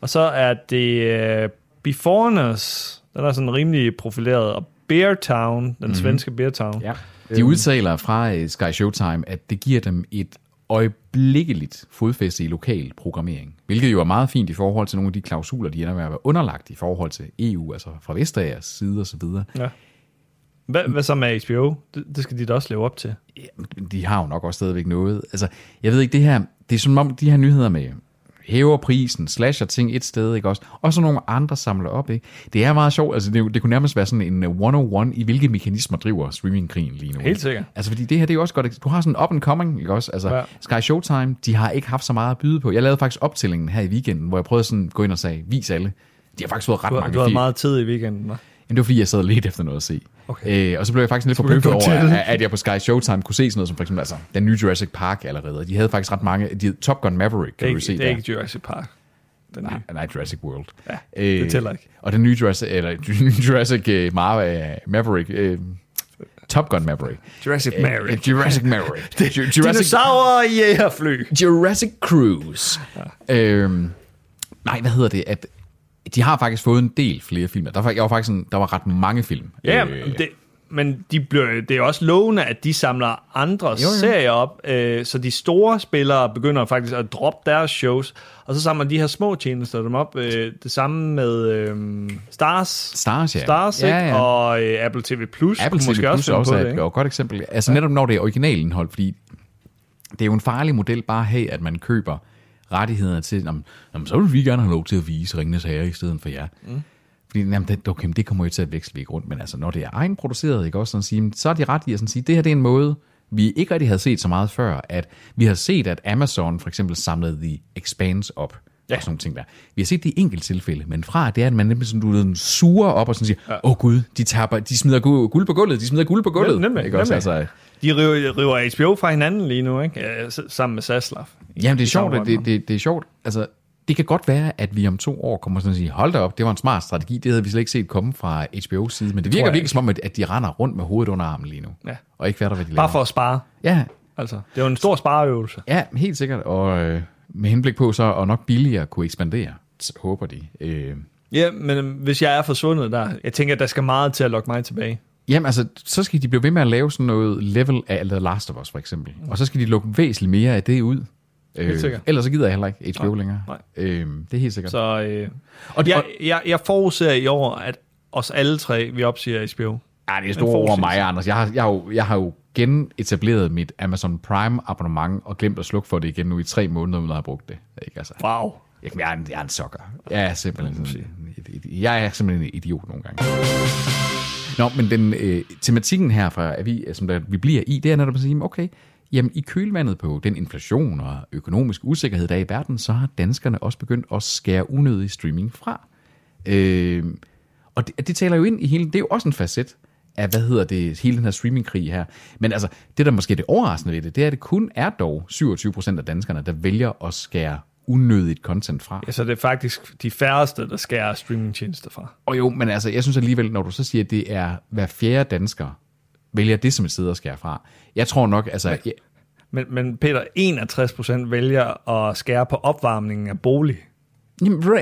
[SPEAKER 1] Og så er det øh, Beforeigners, den er sådan rimelig profileret, og Bear Town, den svenske Bear Town.
[SPEAKER 2] Mhm. Ja. De udtaler fra øh, Sky Showtime, at det giver dem et øjeblikkeligt fodfæste i lokal programmering, hvilket jo er meget fint i forhold til nogle af de klausuler, de ender med at være underlagt i forhold til EU, altså fra Vestagers side osv.
[SPEAKER 1] Hvad, hvad så med HBO? Det, det skal de da også leve op til.
[SPEAKER 2] De har jo nok også stadigvæk noget. Altså, jeg ved ikke, det her, det er som om de her nyheder med hæver prisen, slasher ting et sted, ikke også? Og så nogle andre samler op, ikke? Det er meget sjovt, altså det, er jo- det kunne nærmest være sådan en øh, 101 i hvilke mekanismer driver streamingkrigen lige nu.
[SPEAKER 1] Helt sikkert.
[SPEAKER 2] Altså, fordi det her, det er jo også godt. Du har sådan en up and coming, ikke også? Altså,
[SPEAKER 1] Ja.
[SPEAKER 2] ja. Sky Showtime, de har ikke haft så meget at byde på. Jeg lavede faktisk optællingen her i weekenden, hvor jeg prøvede sådan at gå ind og sagde, vis alle. De har faktisk fået ret
[SPEAKER 1] Du, har-
[SPEAKER 2] mange
[SPEAKER 1] du har
[SPEAKER 2] film.
[SPEAKER 1] meget tid i weekenden, hva'?
[SPEAKER 2] Jamen, det var fordi, jeg sad lidt efter noget at se.
[SPEAKER 1] Okay.
[SPEAKER 2] Øh, og så blev jeg faktisk lidt
[SPEAKER 1] blev du
[SPEAKER 2] forbløffet over,
[SPEAKER 1] til.
[SPEAKER 2] at, at jeg på Sky Showtime kunne se sådan noget som for eksempel altså, den nye Jurassic Park allerede. De havde faktisk ret mange. De havde Top Gun Maverick,
[SPEAKER 1] Det er
[SPEAKER 2] kan du
[SPEAKER 1] ikke,
[SPEAKER 2] se
[SPEAKER 1] det
[SPEAKER 2] der.
[SPEAKER 1] er ikke Jurassic Park. Den nye.
[SPEAKER 2] Nej, nej, Jurassic World. Ja,
[SPEAKER 1] det tæller ikke.
[SPEAKER 2] Og den nye Jurassic, eller, den nye Jurassic uh, Mar- uh, Maverick, uh, Top Gun Maverick.
[SPEAKER 1] Jurassic
[SPEAKER 2] Øh,
[SPEAKER 1] Maverick.
[SPEAKER 2] øh, Jurassic Maverick. Ju- Jurassic,
[SPEAKER 1] Dinosaurer i jægerfly.
[SPEAKER 2] Jurassic Cruise. Øhm, nej, hvad hedder det? At de har faktisk fået en del flere film. Der var, jeg var faktisk sådan, der var ret mange film.
[SPEAKER 1] Ja,
[SPEAKER 2] Øh,
[SPEAKER 1] men det, men de bliver, det er også lovende, at de samler andre jo,
[SPEAKER 2] jo.
[SPEAKER 1] serier op, øh, så de store spillere begynder faktisk at droppe deres shows, og så samler de her små tjenester dem op. Øh, det samme med øh, Stars,
[SPEAKER 2] Stars, ja.
[SPEAKER 1] Stars
[SPEAKER 2] Ja,
[SPEAKER 1] ikke?
[SPEAKER 2] ja.
[SPEAKER 1] og øh, Apple TV Plus.
[SPEAKER 2] Apple
[SPEAKER 1] kunne
[SPEAKER 2] TV
[SPEAKER 1] måske
[SPEAKER 2] Plus
[SPEAKER 1] også,
[SPEAKER 2] også,
[SPEAKER 1] finde
[SPEAKER 2] også
[SPEAKER 1] på
[SPEAKER 2] er
[SPEAKER 1] det,
[SPEAKER 2] et
[SPEAKER 1] ikke?
[SPEAKER 2] godt eksempel. Altså netop når det er originalindhold, fordi det er jo en farlig model bare at have, at man køber rettigheder til, jamen, jamen, så vil vi gerne have lov til at vise Ringenes Herre i stedet for jer. Mm. Fordi jamen, det, okay, men det kommer jo til at veksle ikke rundt, men altså når det er egenproduceret, ikke også, sådan at sige, så er de ret i at sådan sige, det her det er en måde, vi ikke rigtig havde set så meget før, at vi har set, at Amazon for eksempel samlede The Expanse op, ja. og sådan nogle ting der. Vi har set det i enkelt tilfælde, men fra at det er, at man nemlig sådan, du ved, suger op og sådan siger, åh ja. oh, gud, de, taber, de smider gu- guld på gulvet, de smider guld på gulvet.
[SPEAKER 1] Nemlig,
[SPEAKER 2] ikke også,
[SPEAKER 1] nemlig.
[SPEAKER 2] altså,
[SPEAKER 1] De river, river HBO fra hinanden lige nu, ikke? Ja, s- sammen med Saslav.
[SPEAKER 2] Jamen, det er sjovt. at
[SPEAKER 1] samarbejde
[SPEAKER 2] Det, det, det er sjovt. Altså, det kan godt være, at vi om to år kommer sådan at sige, hold da op, det var en smart strategi, det havde vi slet ikke set komme fra HBO's side, men det virker
[SPEAKER 1] jeg
[SPEAKER 2] virkelig
[SPEAKER 1] ikke.
[SPEAKER 2] som om, at at de render rundt med hovedet under armen lige nu,
[SPEAKER 1] Ja.
[SPEAKER 2] og ikke fatter, hvad de
[SPEAKER 1] Bare
[SPEAKER 2] laver.
[SPEAKER 1] for at spare.
[SPEAKER 2] Ja,
[SPEAKER 1] Altså, det er jo en stor spareøvelse.
[SPEAKER 2] ja, helt sikkert, og øh, med henblik på så, og nok billigere kunne ekspandere, så håber de. Øh,
[SPEAKER 1] Ja, men øhm, hvis jeg er forsvundet der, jeg tænker, at der skal meget til at lokke mig tilbage.
[SPEAKER 2] Jamen altså, så skal de blive ved med at lave sådan noget level af The Last of Us, for eksempel. Og så skal de lukke væsentligt mere af det ud. Øh,
[SPEAKER 1] Mm. sikkert.
[SPEAKER 2] ellers så gider jeg heller ikke HBO længere.
[SPEAKER 1] nej.
[SPEAKER 2] Øh, det er helt sikkert. Så,
[SPEAKER 1] Så øh,
[SPEAKER 2] og,
[SPEAKER 1] jeg,
[SPEAKER 2] og,
[SPEAKER 1] jeg, jeg forudser i år, at os alle tre, vi opsiger HBO.
[SPEAKER 2] Ja, det er store ord om mig, Anders. Jeg har, jeg, har jo, jeg har jo genetableret mit Amazon Prime abonnement og glemt at slukke for det igen nu i tre måneder, uden at have brugt det. Ikke? Altså,
[SPEAKER 1] Wow.
[SPEAKER 2] jeg, jeg, er en, jeg er en sokker. Jeg er simpelthen, sådan, et- et- jeg er simpelthen en idiot nogle gange. Nå, men den øh, tematikken her, fra, at vi, øh, som der, vi bliver i, det er netop at sige, okay, jamen i kølvandet på den inflation og økonomisk usikkerhed, der er i verden, så har danskerne også begyndt at skære unødig streaming fra. Øh, og det, det taler jo ind i hele, det er jo også en facet af, hvad hedder det, hele den her streamingkrig her. Men altså, det der måske er det overraskende ved det, det er, at det kun er dog 27 procent af danskerne, der vælger at skære unødigt content fra.
[SPEAKER 1] Ja, så Altså, det er faktisk de færreste, der skærer streamingtjenester fra.
[SPEAKER 2] Og jo, men altså, jeg synes alligevel, når du så siger, at det er hver fjerde dansker, vælger det som et sted at skære fra. Jeg tror nok, altså, jeg,
[SPEAKER 1] Men, men Peter, 61 procent vælger at skære på opvarmningen af bolig.
[SPEAKER 2] jamen, ved du hvad,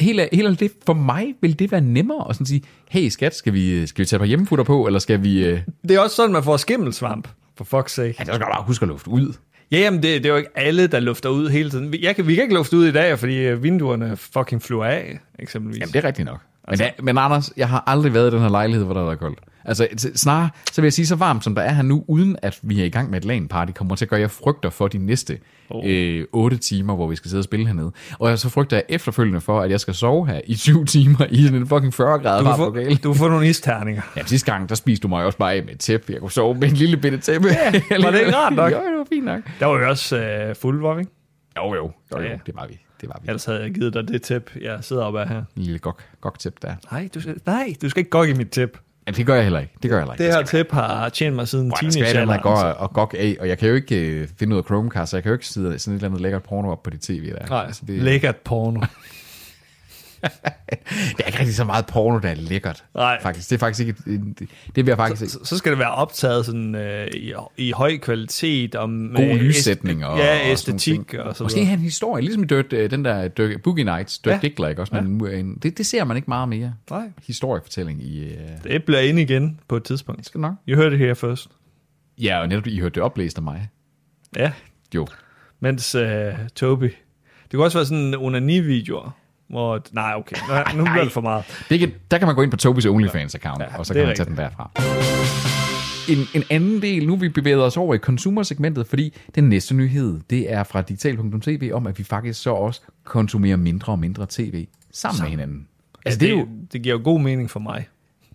[SPEAKER 2] helt, ær- helt ærligt, det, for mig vil det være nemmere at sådan sige, hey skat, skal vi, skal vi tage et par hjemmefutter på, eller skal vi... Øh,
[SPEAKER 1] Det er også sådan, man får skimmelsvamp, for fuck's sake.
[SPEAKER 2] ja, der skal du bare huske at lufte ud.
[SPEAKER 1] Ja, jamen, det, det er jo ikke alle, der lufter ud hele tiden. Vi- Jeg kan, vi kan ikke lufte ud i dag, fordi øh, vinduerne fucking flyver af, eksempelvis.
[SPEAKER 2] Jamen, det er rigtigt nok. Men, altså, men Anders, jeg har aldrig været i den her lejlighed, hvor der er koldt. Altså, t- snarere, så vil jeg sige, så varmt som der er her nu, uden at vi er i gang med et LAN-party, kommer til at gøre, at jeg frygter for de næste oh. øh, 8 timer, hvor vi skal sidde og spille hernede. Og jeg så frygter jeg efterfølgende for, at jeg skal sove her i 20 timer i sådan en fucking 40 grader
[SPEAKER 1] du,
[SPEAKER 2] varm
[SPEAKER 1] kan få,
[SPEAKER 2] lokal.
[SPEAKER 1] du kan få nogle isterninger.
[SPEAKER 2] Ja, sidste gang, der spiste du mig også bare af med et tæppe. Jeg kunne sove med en lille bitte tæppe. Ja,
[SPEAKER 1] var det ikke rart nok?
[SPEAKER 2] jo, det var fint nok.
[SPEAKER 1] Der var jo også øh, fuld, var vi ikke?
[SPEAKER 2] Jo, jo, jo,
[SPEAKER 1] Ja, ja.
[SPEAKER 2] jo, det var vi. Det var vi.
[SPEAKER 1] Ellers havde jeg givet dig det tip, jeg sidder oppe af her.
[SPEAKER 2] En lille gok, gok tæppe der.
[SPEAKER 1] Nej, du skal, nej, du skal ikke gokke i mit tip.
[SPEAKER 2] Ja, det gør jeg heller ikke. Det gør jeg heller ikke.
[SPEAKER 1] Det her tip har tjent mig siden
[SPEAKER 2] Prøv, der skal jeg da
[SPEAKER 1] teenagealderen.
[SPEAKER 2] man går og gok af, og jeg kan jo ikke øh, finde ud af Altså, Chromecast, så jeg kan jo ikke sidde sådan et eller andet lækkert porno op på dit tv der.
[SPEAKER 1] Nej,
[SPEAKER 2] Altså, det,
[SPEAKER 1] lækkert porno.
[SPEAKER 2] Der er ikke rigtig så meget porno, der er lækkert.
[SPEAKER 1] Nej.
[SPEAKER 2] Faktisk. Det er faktisk ikke... et- et- Det vil jeg faktisk ikke...
[SPEAKER 1] Så, så skal det være optaget sådan, øh, i, i høj kvalitet. Og med
[SPEAKER 2] God lyssætning og,
[SPEAKER 1] Ja,
[SPEAKER 2] og sådan nogle ting.
[SPEAKER 1] æstetik og, så
[SPEAKER 2] Måske
[SPEAKER 1] videre.
[SPEAKER 2] have en historie, ligesom i Dirt, øh, den der Dirk, Boogie Nights, Dirk ja.
[SPEAKER 1] Ja.
[SPEAKER 2] Diggler, ikke? Også med en, mur- en- det, det ser man ikke meget mere.
[SPEAKER 1] Nej.
[SPEAKER 2] Historiefortælling i... Øh, det
[SPEAKER 1] Det bliver ind igen på et tidspunkt.
[SPEAKER 2] skal nok.
[SPEAKER 1] I hørte det her først.
[SPEAKER 2] Ja, og netop I hørte det oplæst af mig.
[SPEAKER 1] Ja,
[SPEAKER 2] Jo.
[SPEAKER 1] mens øh, Toby... Det kunne også være sådan en onani-videoer, hvor... Nej, okay. Nej, nu bliver det for meget.
[SPEAKER 2] Det kan, der kan man gå ind på Tobis OnlyFans-account, ja,
[SPEAKER 1] Ja,
[SPEAKER 2] og så
[SPEAKER 1] det
[SPEAKER 2] kan
[SPEAKER 1] er
[SPEAKER 2] man tage den derfra. En, en anden del, nu er vi bevæget os over i consumer-segmentet, fordi den næste nyhed, det er fra digital.tv om, at vi faktisk så også konsumerer mindre og mindre tv sammen med hinanden. Altså, det, er jo,
[SPEAKER 1] det giver jo god mening for mig.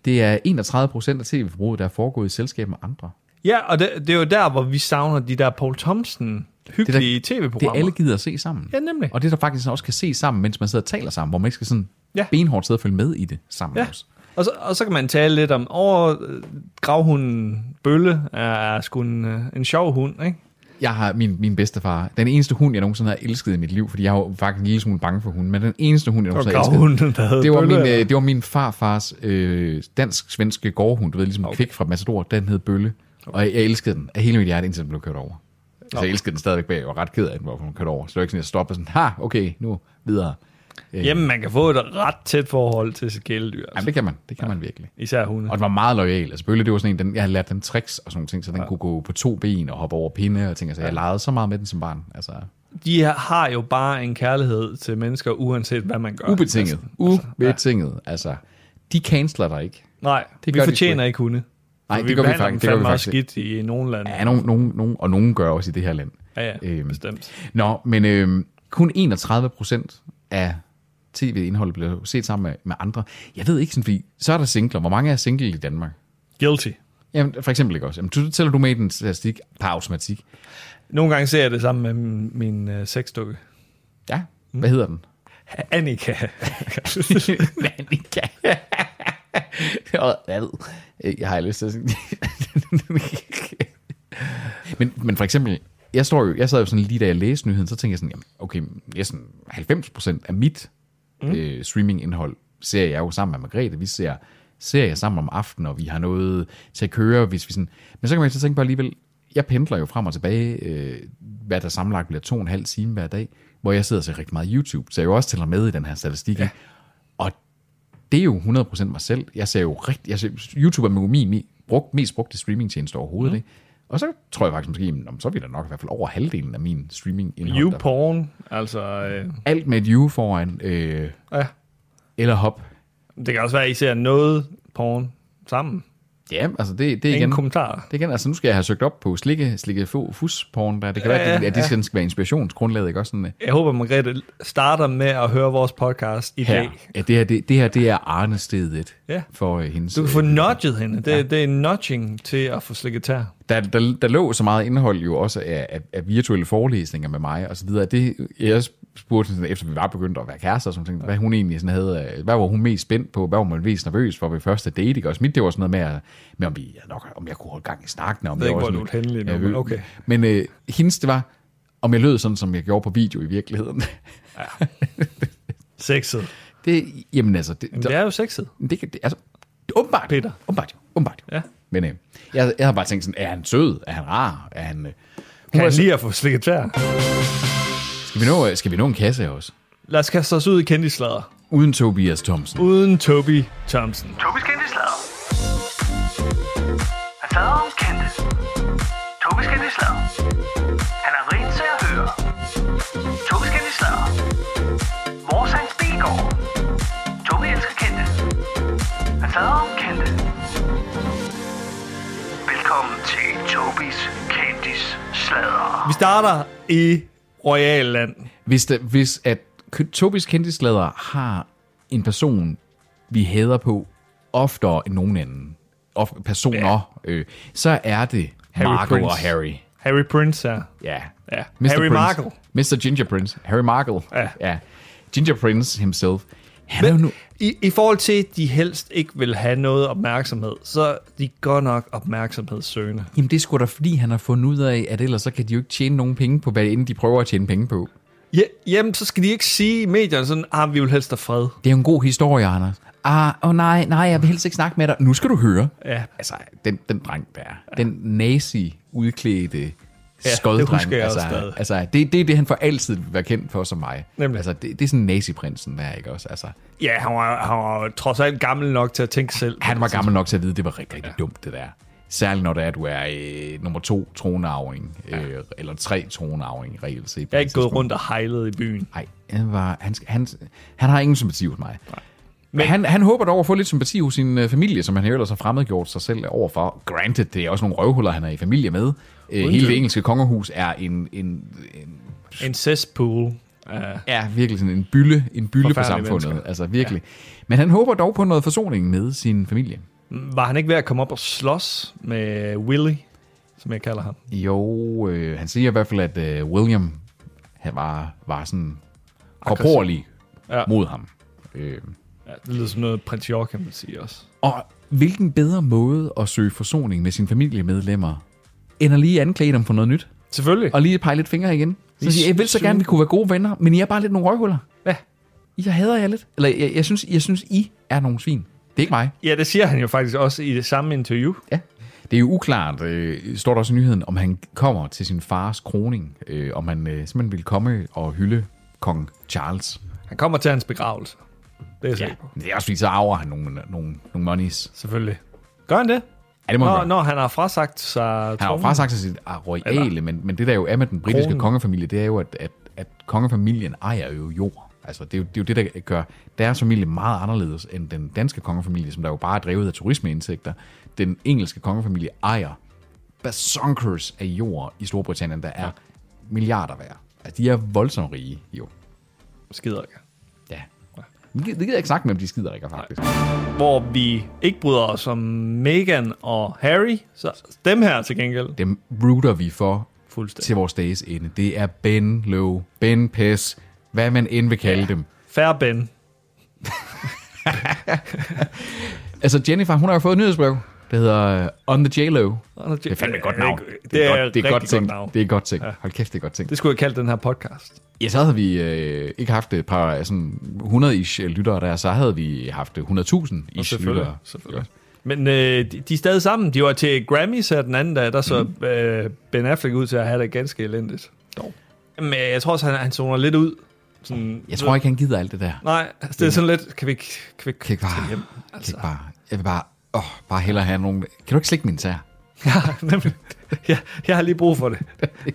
[SPEAKER 2] det er 31 procent af tv-forbruget, der er foregået i selskab med andre.
[SPEAKER 1] Ja, og det, det er jo der, hvor vi savner de der Paul Thompson
[SPEAKER 2] Det er der-
[SPEAKER 1] hyggelige
[SPEAKER 2] Det
[SPEAKER 1] tv-programmer.
[SPEAKER 2] alle gider at se sammen.
[SPEAKER 1] Ja, nemlig.
[SPEAKER 2] Og det der faktisk også kan se sammen, mens man sidder og taler sammen, hvor man ikke skal sådan ja.
[SPEAKER 1] Ja.
[SPEAKER 2] benhårdt sidde og følge med i det sammen
[SPEAKER 1] Ja.
[SPEAKER 2] også.
[SPEAKER 1] Og så, og så kan man tale lidt om, over øh, gravhunden Bølle er, er sgu en, øh, en sjov hund, ikke?
[SPEAKER 2] Jeg har min, min bedstefar, den eneste hund, jeg nogensinde har elsket i mit liv, fordi jeg var faktisk en lille smule bange for hunden, men den eneste hund, jeg
[SPEAKER 1] Og
[SPEAKER 2] nogensinde har elsket,
[SPEAKER 1] gravhunden, der hedder
[SPEAKER 2] det var, min,
[SPEAKER 1] Bølle.
[SPEAKER 2] øh, det var min farfars øh, dansk-svenske gårdhund, du ved, ligesom okay. Kvik fra Matador, den hed Bølle, og jeg, jeg elskede den af hele mit hjerte, indtil den blev kørt over. Altså, jeg elskede den stadigvæk bag, og var ret ked af den, hvorfor den kørt over. Så det var ikke sådan, jeg stoppede sådan, ha, okay, nu videre. Øh,
[SPEAKER 1] Jamen, man kan få et ret tæt forhold til sit kæledyr.
[SPEAKER 2] Jamen,
[SPEAKER 1] Altså.
[SPEAKER 2] det kan man, det kan man virkelig.
[SPEAKER 1] Især hunde.
[SPEAKER 2] Og den var meget lojal. Altså Bølle, det var sådan en, den, jeg havde lært den tricks og sådan nogle ting, så den ja. kunne gå på to ben og hoppe over pinde og ting. Altså, jeg legede så meget med den som barn. Altså,
[SPEAKER 1] De har jo bare en kærlighed til mennesker, uanset hvad man gør.
[SPEAKER 2] ubetinget.
[SPEAKER 1] Altså,
[SPEAKER 2] Ubetinget. Altså, de canceler dig ikke.
[SPEAKER 1] nej,
[SPEAKER 2] Det
[SPEAKER 1] det vi
[SPEAKER 2] gør de
[SPEAKER 1] fortjener
[SPEAKER 2] sgu
[SPEAKER 1] ikke hunde.
[SPEAKER 2] Nej,
[SPEAKER 1] For
[SPEAKER 2] det gør vi
[SPEAKER 1] behandler
[SPEAKER 2] faktisk-
[SPEAKER 1] dem
[SPEAKER 2] det gør vi
[SPEAKER 1] fandme
[SPEAKER 2] faktisk
[SPEAKER 1] også skidt i nogle lande.
[SPEAKER 2] Ja, nogen, nogen, nogen, og nogen gør også i det her land.
[SPEAKER 1] Ja, ja,
[SPEAKER 2] Øhm,
[SPEAKER 1] bestemt.
[SPEAKER 2] Nå, men øhm, kun 31 procent af tv-indholdet bliver set sammen med, med andre. Jeg ved ikke sådan, fordi så er der singler. Hvor mange er single i Danmark?
[SPEAKER 1] Guilty.
[SPEAKER 2] Jamen, for eksempel ikke også. Jamen, du, tæller du med i den statistik per automatik.
[SPEAKER 1] Nogle gange ser jeg det sammen med min, min øh, sexdukke.
[SPEAKER 2] Ja, hvad
[SPEAKER 1] Mm.
[SPEAKER 2] hedder den?
[SPEAKER 1] Annika.
[SPEAKER 2] Annika. Og jeg ved, øh, jeg har lyst til at sige. men, men for eksempel, jeg, står jo, jeg sad jo sådan lige da jeg læste nyheden, så tænkte jeg sådan, jamen, okay, næsten 90% af mit mm. øh, streamingindhold ser jeg jo sammen med Margrethe. Vi ser serier sammen om aftenen, og vi har noget til at køre, hvis vi sådan... Men så kan man jo så tænke på alligevel, jeg pendler jo frem og tilbage, øh, hvad der sammenlagt bliver to og en halv time hver dag, hvor jeg sidder og ser rigtig meget YouTube, så jeg jo også tæller med i den her statistik. Ja. Og det er jo 100% mig selv. Jeg ser jo rigtig... Jeg ser, YouTube er min, min, min brugt, mest brugte streamingtjeneste overhovedet, mm. ikke? Og så tror jeg faktisk måske, jamen, nå, men så vil der nok i hvert fald over halvdelen af min streaming indhold. der-
[SPEAKER 1] YouPorn. Altså, øh,
[SPEAKER 2] Alt med et you foran, øh,
[SPEAKER 1] ja.
[SPEAKER 2] eller hop.
[SPEAKER 1] Det kan også være, at I ser noget porn sammen.
[SPEAKER 2] Ja, altså det, det er igen...
[SPEAKER 1] Ingen kommentar.
[SPEAKER 2] Det igen, altså nu skal jeg have søgt op på slikke, slikke få, fusporn, der. Det kan ja, være, at det, at det skal, skal være inspirationsgrundlaget, ikke også? Sådan, øh,
[SPEAKER 1] Jeg håber, Margrethe starter med at høre vores podcast i
[SPEAKER 2] her.
[SPEAKER 1] dag.
[SPEAKER 2] Ja, det her, det, det her, det er arnestedet
[SPEAKER 1] Ja.
[SPEAKER 2] for øh, hendes...
[SPEAKER 1] Du kan
[SPEAKER 2] øh,
[SPEAKER 1] få nudget hende. Det, ja. det er nudging til at få slikket tær.
[SPEAKER 2] der, der, der lå så meget indhold jo også af, af, af virtuelle forelæsninger med mig og så videre. Det, jeg spurgte hende, sådan, efter vi var begyndt at være kærester, og sådan, ting, hvad hun egentlig sådan havde, af- hvad var hun mest spændt på, hvad var man mest nervøs for ved første date, ikke? også mit det var sådan noget med, at- med om, vi, ja, nok, om jeg kunne holde gang i snakken, og om
[SPEAKER 1] ved ikke,
[SPEAKER 2] var
[SPEAKER 1] hvor
[SPEAKER 2] sådan-
[SPEAKER 1] du er henne lige nu,
[SPEAKER 2] Ja,
[SPEAKER 1] men
[SPEAKER 2] vi-
[SPEAKER 1] okay.
[SPEAKER 2] Men øh, hendes, det var, om jeg lød sådan, som jeg gjorde på video i virkeligheden.
[SPEAKER 1] Sexet.
[SPEAKER 2] Det, jamen altså, det,
[SPEAKER 1] Men det er jo sexet.
[SPEAKER 2] det kan det, altså, det, åbenbart.
[SPEAKER 1] Peter.
[SPEAKER 2] Åbenbart jo, åbenbart jo.
[SPEAKER 1] Ja.
[SPEAKER 2] Men øh, jeg, jeg har bare tænkt sådan, er han sød? Er han rar? Er han...
[SPEAKER 1] Kan
[SPEAKER 2] Øh, hun var
[SPEAKER 1] han lige at få slikket tær?
[SPEAKER 2] Skal vi nå, øh, skal vi nå en kasse også?
[SPEAKER 1] Lad os kaste os ud i kendtislader.
[SPEAKER 2] Uden Tobias Thomsen.
[SPEAKER 1] Uden Toby Thompson.
[SPEAKER 5] Tobis kendte slader. Han slader om kendte. Tobis kendte slader. Han er rent til at høre. Tobis kendte slader. Vores Hans Bilgaard. Tobi elsker kendte. Han slader om kendte. Velkommen til Tobis kendte slader.
[SPEAKER 1] Vi starter i Royal Land.
[SPEAKER 2] Hvis, der, hvis at K- Tobis kendislader har en person, vi hader på oftere end nogen anden, of, personer, ja. øh, så er det Harry
[SPEAKER 1] Harry
[SPEAKER 2] Marco
[SPEAKER 1] Prince.
[SPEAKER 2] og Harry.
[SPEAKER 1] Harry Prince her.
[SPEAKER 2] Ja.
[SPEAKER 1] Ja. Harry
[SPEAKER 2] Prince.
[SPEAKER 1] Markle.
[SPEAKER 2] Mr. Ginger Prince. Harry Markle.
[SPEAKER 1] Ja.
[SPEAKER 2] ja. Ginger Prince himself. Han er jo nu...
[SPEAKER 1] I, I forhold til, at de helst ikke vil have noget opmærksomhed, så er de godt nok opmærksomhedssøgende.
[SPEAKER 2] Jamen det er sgu da fordi, han har fundet ud af, at ellers så kan de jo ikke tjene nogen penge på, hvad end de prøver at tjene penge på.
[SPEAKER 1] Ja, jamen, så skal de ikke sige i medierne sådan, ah, vi vil helst have fred.
[SPEAKER 2] Det er jo en god historie, Anders. Ah, åh oh nej, nej, jeg vil helst ikke snakke med dig. Nu skal du høre.
[SPEAKER 1] Ja.
[SPEAKER 2] Altså, den, den dreng der. Ja. Den nazi udklædte
[SPEAKER 1] det
[SPEAKER 2] skoddreng.
[SPEAKER 1] husker jeg også
[SPEAKER 2] altså,
[SPEAKER 1] stadig.
[SPEAKER 2] altså det, det er det, han for altid vil være kendt for som mig.
[SPEAKER 1] Nemlig.
[SPEAKER 2] Altså, det, det er sådan naziprinsen der, ikke også? Altså,
[SPEAKER 1] Ja, han var, han var trods alt gammel nok til at tænke selv.
[SPEAKER 2] han var gammel nok til at vide, at det var rigtig, rigtig ja. dumt, det der. Særligt når det er, at du er øh, nummer to tronarving, øh, eller tre tronarving, reelt set.
[SPEAKER 1] Jeg er ikke gået rundt og hejlet i byen.
[SPEAKER 2] Nej, han, var, han, skal- han, han har ingen sympati hos mig. Men han, han håber dog at få lidt sympati hos sin øh, familie, som han jo ellers har fremmedgjort sig selv overfor. Granted, det er også nogle røvhuller, han er i familie med. Øh, hele det engelske kongehus er en, en, en
[SPEAKER 1] En cesspool. Uh,
[SPEAKER 2] er virkelig sådan en bylle, en bylle på
[SPEAKER 1] Forfærdelige
[SPEAKER 2] samfundet.
[SPEAKER 1] mennesker.
[SPEAKER 2] Altså virkelig. Ja. Men han håber dog på noget forsoning med sin familie.
[SPEAKER 1] var han ikke ved at komme op og slås med Willy, som jeg kalder ham?
[SPEAKER 2] Jo, øh, han siger i hvert fald, at øh, William han var, var sådan korporlig
[SPEAKER 1] Ja.
[SPEAKER 2] ja. mod ham. Øh,
[SPEAKER 1] Ja, det lyder som noget, prins Joachim vil sige også.
[SPEAKER 2] Og hvilken bedre måde at søge forsoning med sine familiemedlemmer, end at lige anklage dem for noget nyt,
[SPEAKER 1] Selvfølgelig.
[SPEAKER 2] og lige pege lidt fingre igen. Så siger, jeg vil så gerne, vi kunne være gode venner, men I er bare lidt nogle røvhuller.
[SPEAKER 1] Ja.
[SPEAKER 2] I jeg hader jer lidt. Eller jeg, jeg, synes, jeg synes, I er nogle svin. Det er ikke mig.
[SPEAKER 1] ja, det siger han jo faktisk også i det samme interview.
[SPEAKER 2] Ja. Det er jo uklart, øh, står der også i nyheden, om han kommer til sin fars kroning, øh, om han øh, simpelthen vil komme og hylde kong Charles.
[SPEAKER 1] Han kommer til hans begravelse. Det er jeg sikker på.
[SPEAKER 2] Men det er også fordi, så arver han nogle, nogle, nogle monies.
[SPEAKER 1] Selvfølgelig. Gør han det?
[SPEAKER 2] Ja, det må han
[SPEAKER 1] Når,
[SPEAKER 2] gøre.
[SPEAKER 1] når han har frasagt sig
[SPEAKER 2] Han har jo
[SPEAKER 1] tronen?
[SPEAKER 2] frasagt sig sit ah, royale, men, men det der jo er med den britiske
[SPEAKER 1] Kronen.
[SPEAKER 2] kongefamilie, det er jo, at, at, at kongefamilien ejer jo jord. Altså, det er jo, det er jo det, der gør deres familie meget anderledes end den danske kongefamilie, som der jo bare er drevet af turismeindsigter. Den engelske kongefamilie ejer basonkers af jord i Storbritannien, der er milliarder værd. Altså, de er voldsomt rige, jo.
[SPEAKER 1] Skider ikke.
[SPEAKER 2] Ja. Det gider det gider jeg ikke snakke med dem, de skider ikke faktisk.
[SPEAKER 1] Hvor vi ikke bryder os om Meghan og Harry, så dem her til gengæld.
[SPEAKER 2] Dem rooter vi for
[SPEAKER 1] Fuldstændig.
[SPEAKER 2] til vores dages ende. Det er Ben Low, Ben Pes, hvad man end vil kalde ja. dem.
[SPEAKER 1] Færre Ben.
[SPEAKER 2] Altså Jennifer, hun har jo fået et nyhedsbrev, der hedder øh, On the J-Lo. Det er fandme et godt navn.
[SPEAKER 1] Det,
[SPEAKER 2] Det er,
[SPEAKER 1] er,
[SPEAKER 2] godt, det er godt
[SPEAKER 1] godt
[SPEAKER 2] tænkt.
[SPEAKER 1] navn.
[SPEAKER 2] Det er godt tænkt. Hold kæft, det er godt tænkt.
[SPEAKER 1] Det skulle jeg kalde den her podcast.
[SPEAKER 2] Ja, så havde vi øh, ikke haft et par sådan 100-ish lyttere der, så havde vi haft 100.000-ish lyttere.
[SPEAKER 1] selvfølgelig. Men øh, de, de er stadig sammen. De var til Grammys her den anden dag, der så
[SPEAKER 2] Mhm.
[SPEAKER 1] mm. øh, Ben Affleck ud til at have det ganske elendigt. Dog. Men øh, jeg tror også, han, han zoner lidt ud. Sådan,
[SPEAKER 2] Jeg tror ikke, han gider alt det der.
[SPEAKER 1] Nej, altså, det er sådan lidt, kan vi ikke, kan vi
[SPEAKER 2] Kan ikke bare,
[SPEAKER 1] tage hjem?
[SPEAKER 2] kan ikke bare, jeg vil bare, åh, bare hellere have nogen. Kan du ikke slikke min tær?
[SPEAKER 1] Ja, nemlig. Ja, jeg har lige brug for det.
[SPEAKER 2] Altså,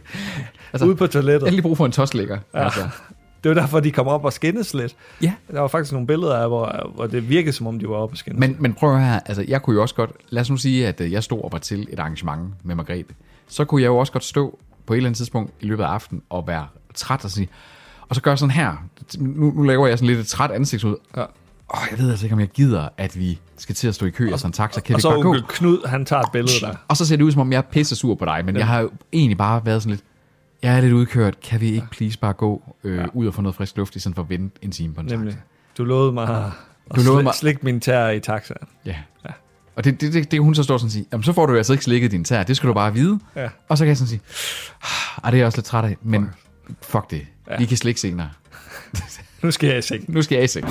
[SPEAKER 1] Altså, Ude på
[SPEAKER 2] Jeg har
[SPEAKER 1] toilettet.
[SPEAKER 2] lige brug for en toslægger. Ja. Altså.
[SPEAKER 1] Det var derfor, de kom op og skændes lidt.
[SPEAKER 2] ja.
[SPEAKER 1] Der var faktisk nogle billeder af, hvor, hvor det virkede, som om de var oppe og skændes.
[SPEAKER 2] Men, men prøv at høre, her, altså jeg kunne jo også godt, lad os nu sige, at øh, jeg stod og var til et arrangement med Margrethe, så kunne jeg jo også godt stå på et eller andet tidspunkt i løbet af aftenen og være træt og sige, og så gør jeg sådan her, nu, nu laver jeg sådan lidt et træt ansigt ud,
[SPEAKER 1] Ja.
[SPEAKER 2] Åh, jeg ved altså ikke, om jeg gider, at vi skal til at stå i kø og sådan tak, så kan
[SPEAKER 1] og
[SPEAKER 2] vi
[SPEAKER 1] så
[SPEAKER 2] bare gå.
[SPEAKER 1] onkel Knud, han tager et billede der.
[SPEAKER 2] Og så ser det ud, som om jeg er pisse sur på dig, men jeg har jo egentlig bare været sådan lidt, jeg er lidt udkørt, kan vi ikke please bare gå øh, ud og få noget frisk luft, i stedet for at vente en time på en
[SPEAKER 1] Nemlig.
[SPEAKER 2] taxa?
[SPEAKER 1] Du lovede mig at
[SPEAKER 2] Ah. Du lovede
[SPEAKER 1] sli-
[SPEAKER 2] mig-
[SPEAKER 1] slikke min tær i taxaen.
[SPEAKER 2] Ja. ja. Og det, det, det, det hun så står sådan og siger, jamen så får du jo altså ikke slikket din tær, det skal du bare vide.
[SPEAKER 1] Ja.
[SPEAKER 2] Og så kan jeg sådan sige, ah, det er jeg også lidt træt af, men fuck det, ja. vi kan slikke senere.
[SPEAKER 1] Nu skal jeg i seng.
[SPEAKER 2] Nu skal jeg i seng.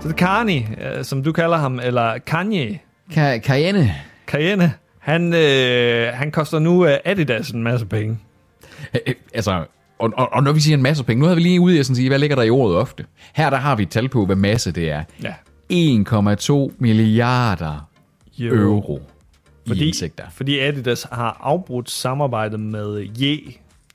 [SPEAKER 1] Så det er Karni, øh, som du kalder ham, eller Kanye,
[SPEAKER 2] Ka- Cayenne,
[SPEAKER 1] Cayenne, han, øh, han koster nu øh, Adidas en masse penge.
[SPEAKER 2] Øh, øh, altså, og, og, og når vi siger en masse penge, nu havde vi lige ude i at sådan sige, hvad ligger der i ordet ofte? Her der har vi et tal på, hvad masse det er.
[SPEAKER 1] Ja.
[SPEAKER 2] 1,2 milliarder
[SPEAKER 1] Jo.
[SPEAKER 2] euro i
[SPEAKER 1] Fordi,
[SPEAKER 2] indsigter.
[SPEAKER 1] fordi Adidas har afbrudt samarbejdet med Ye,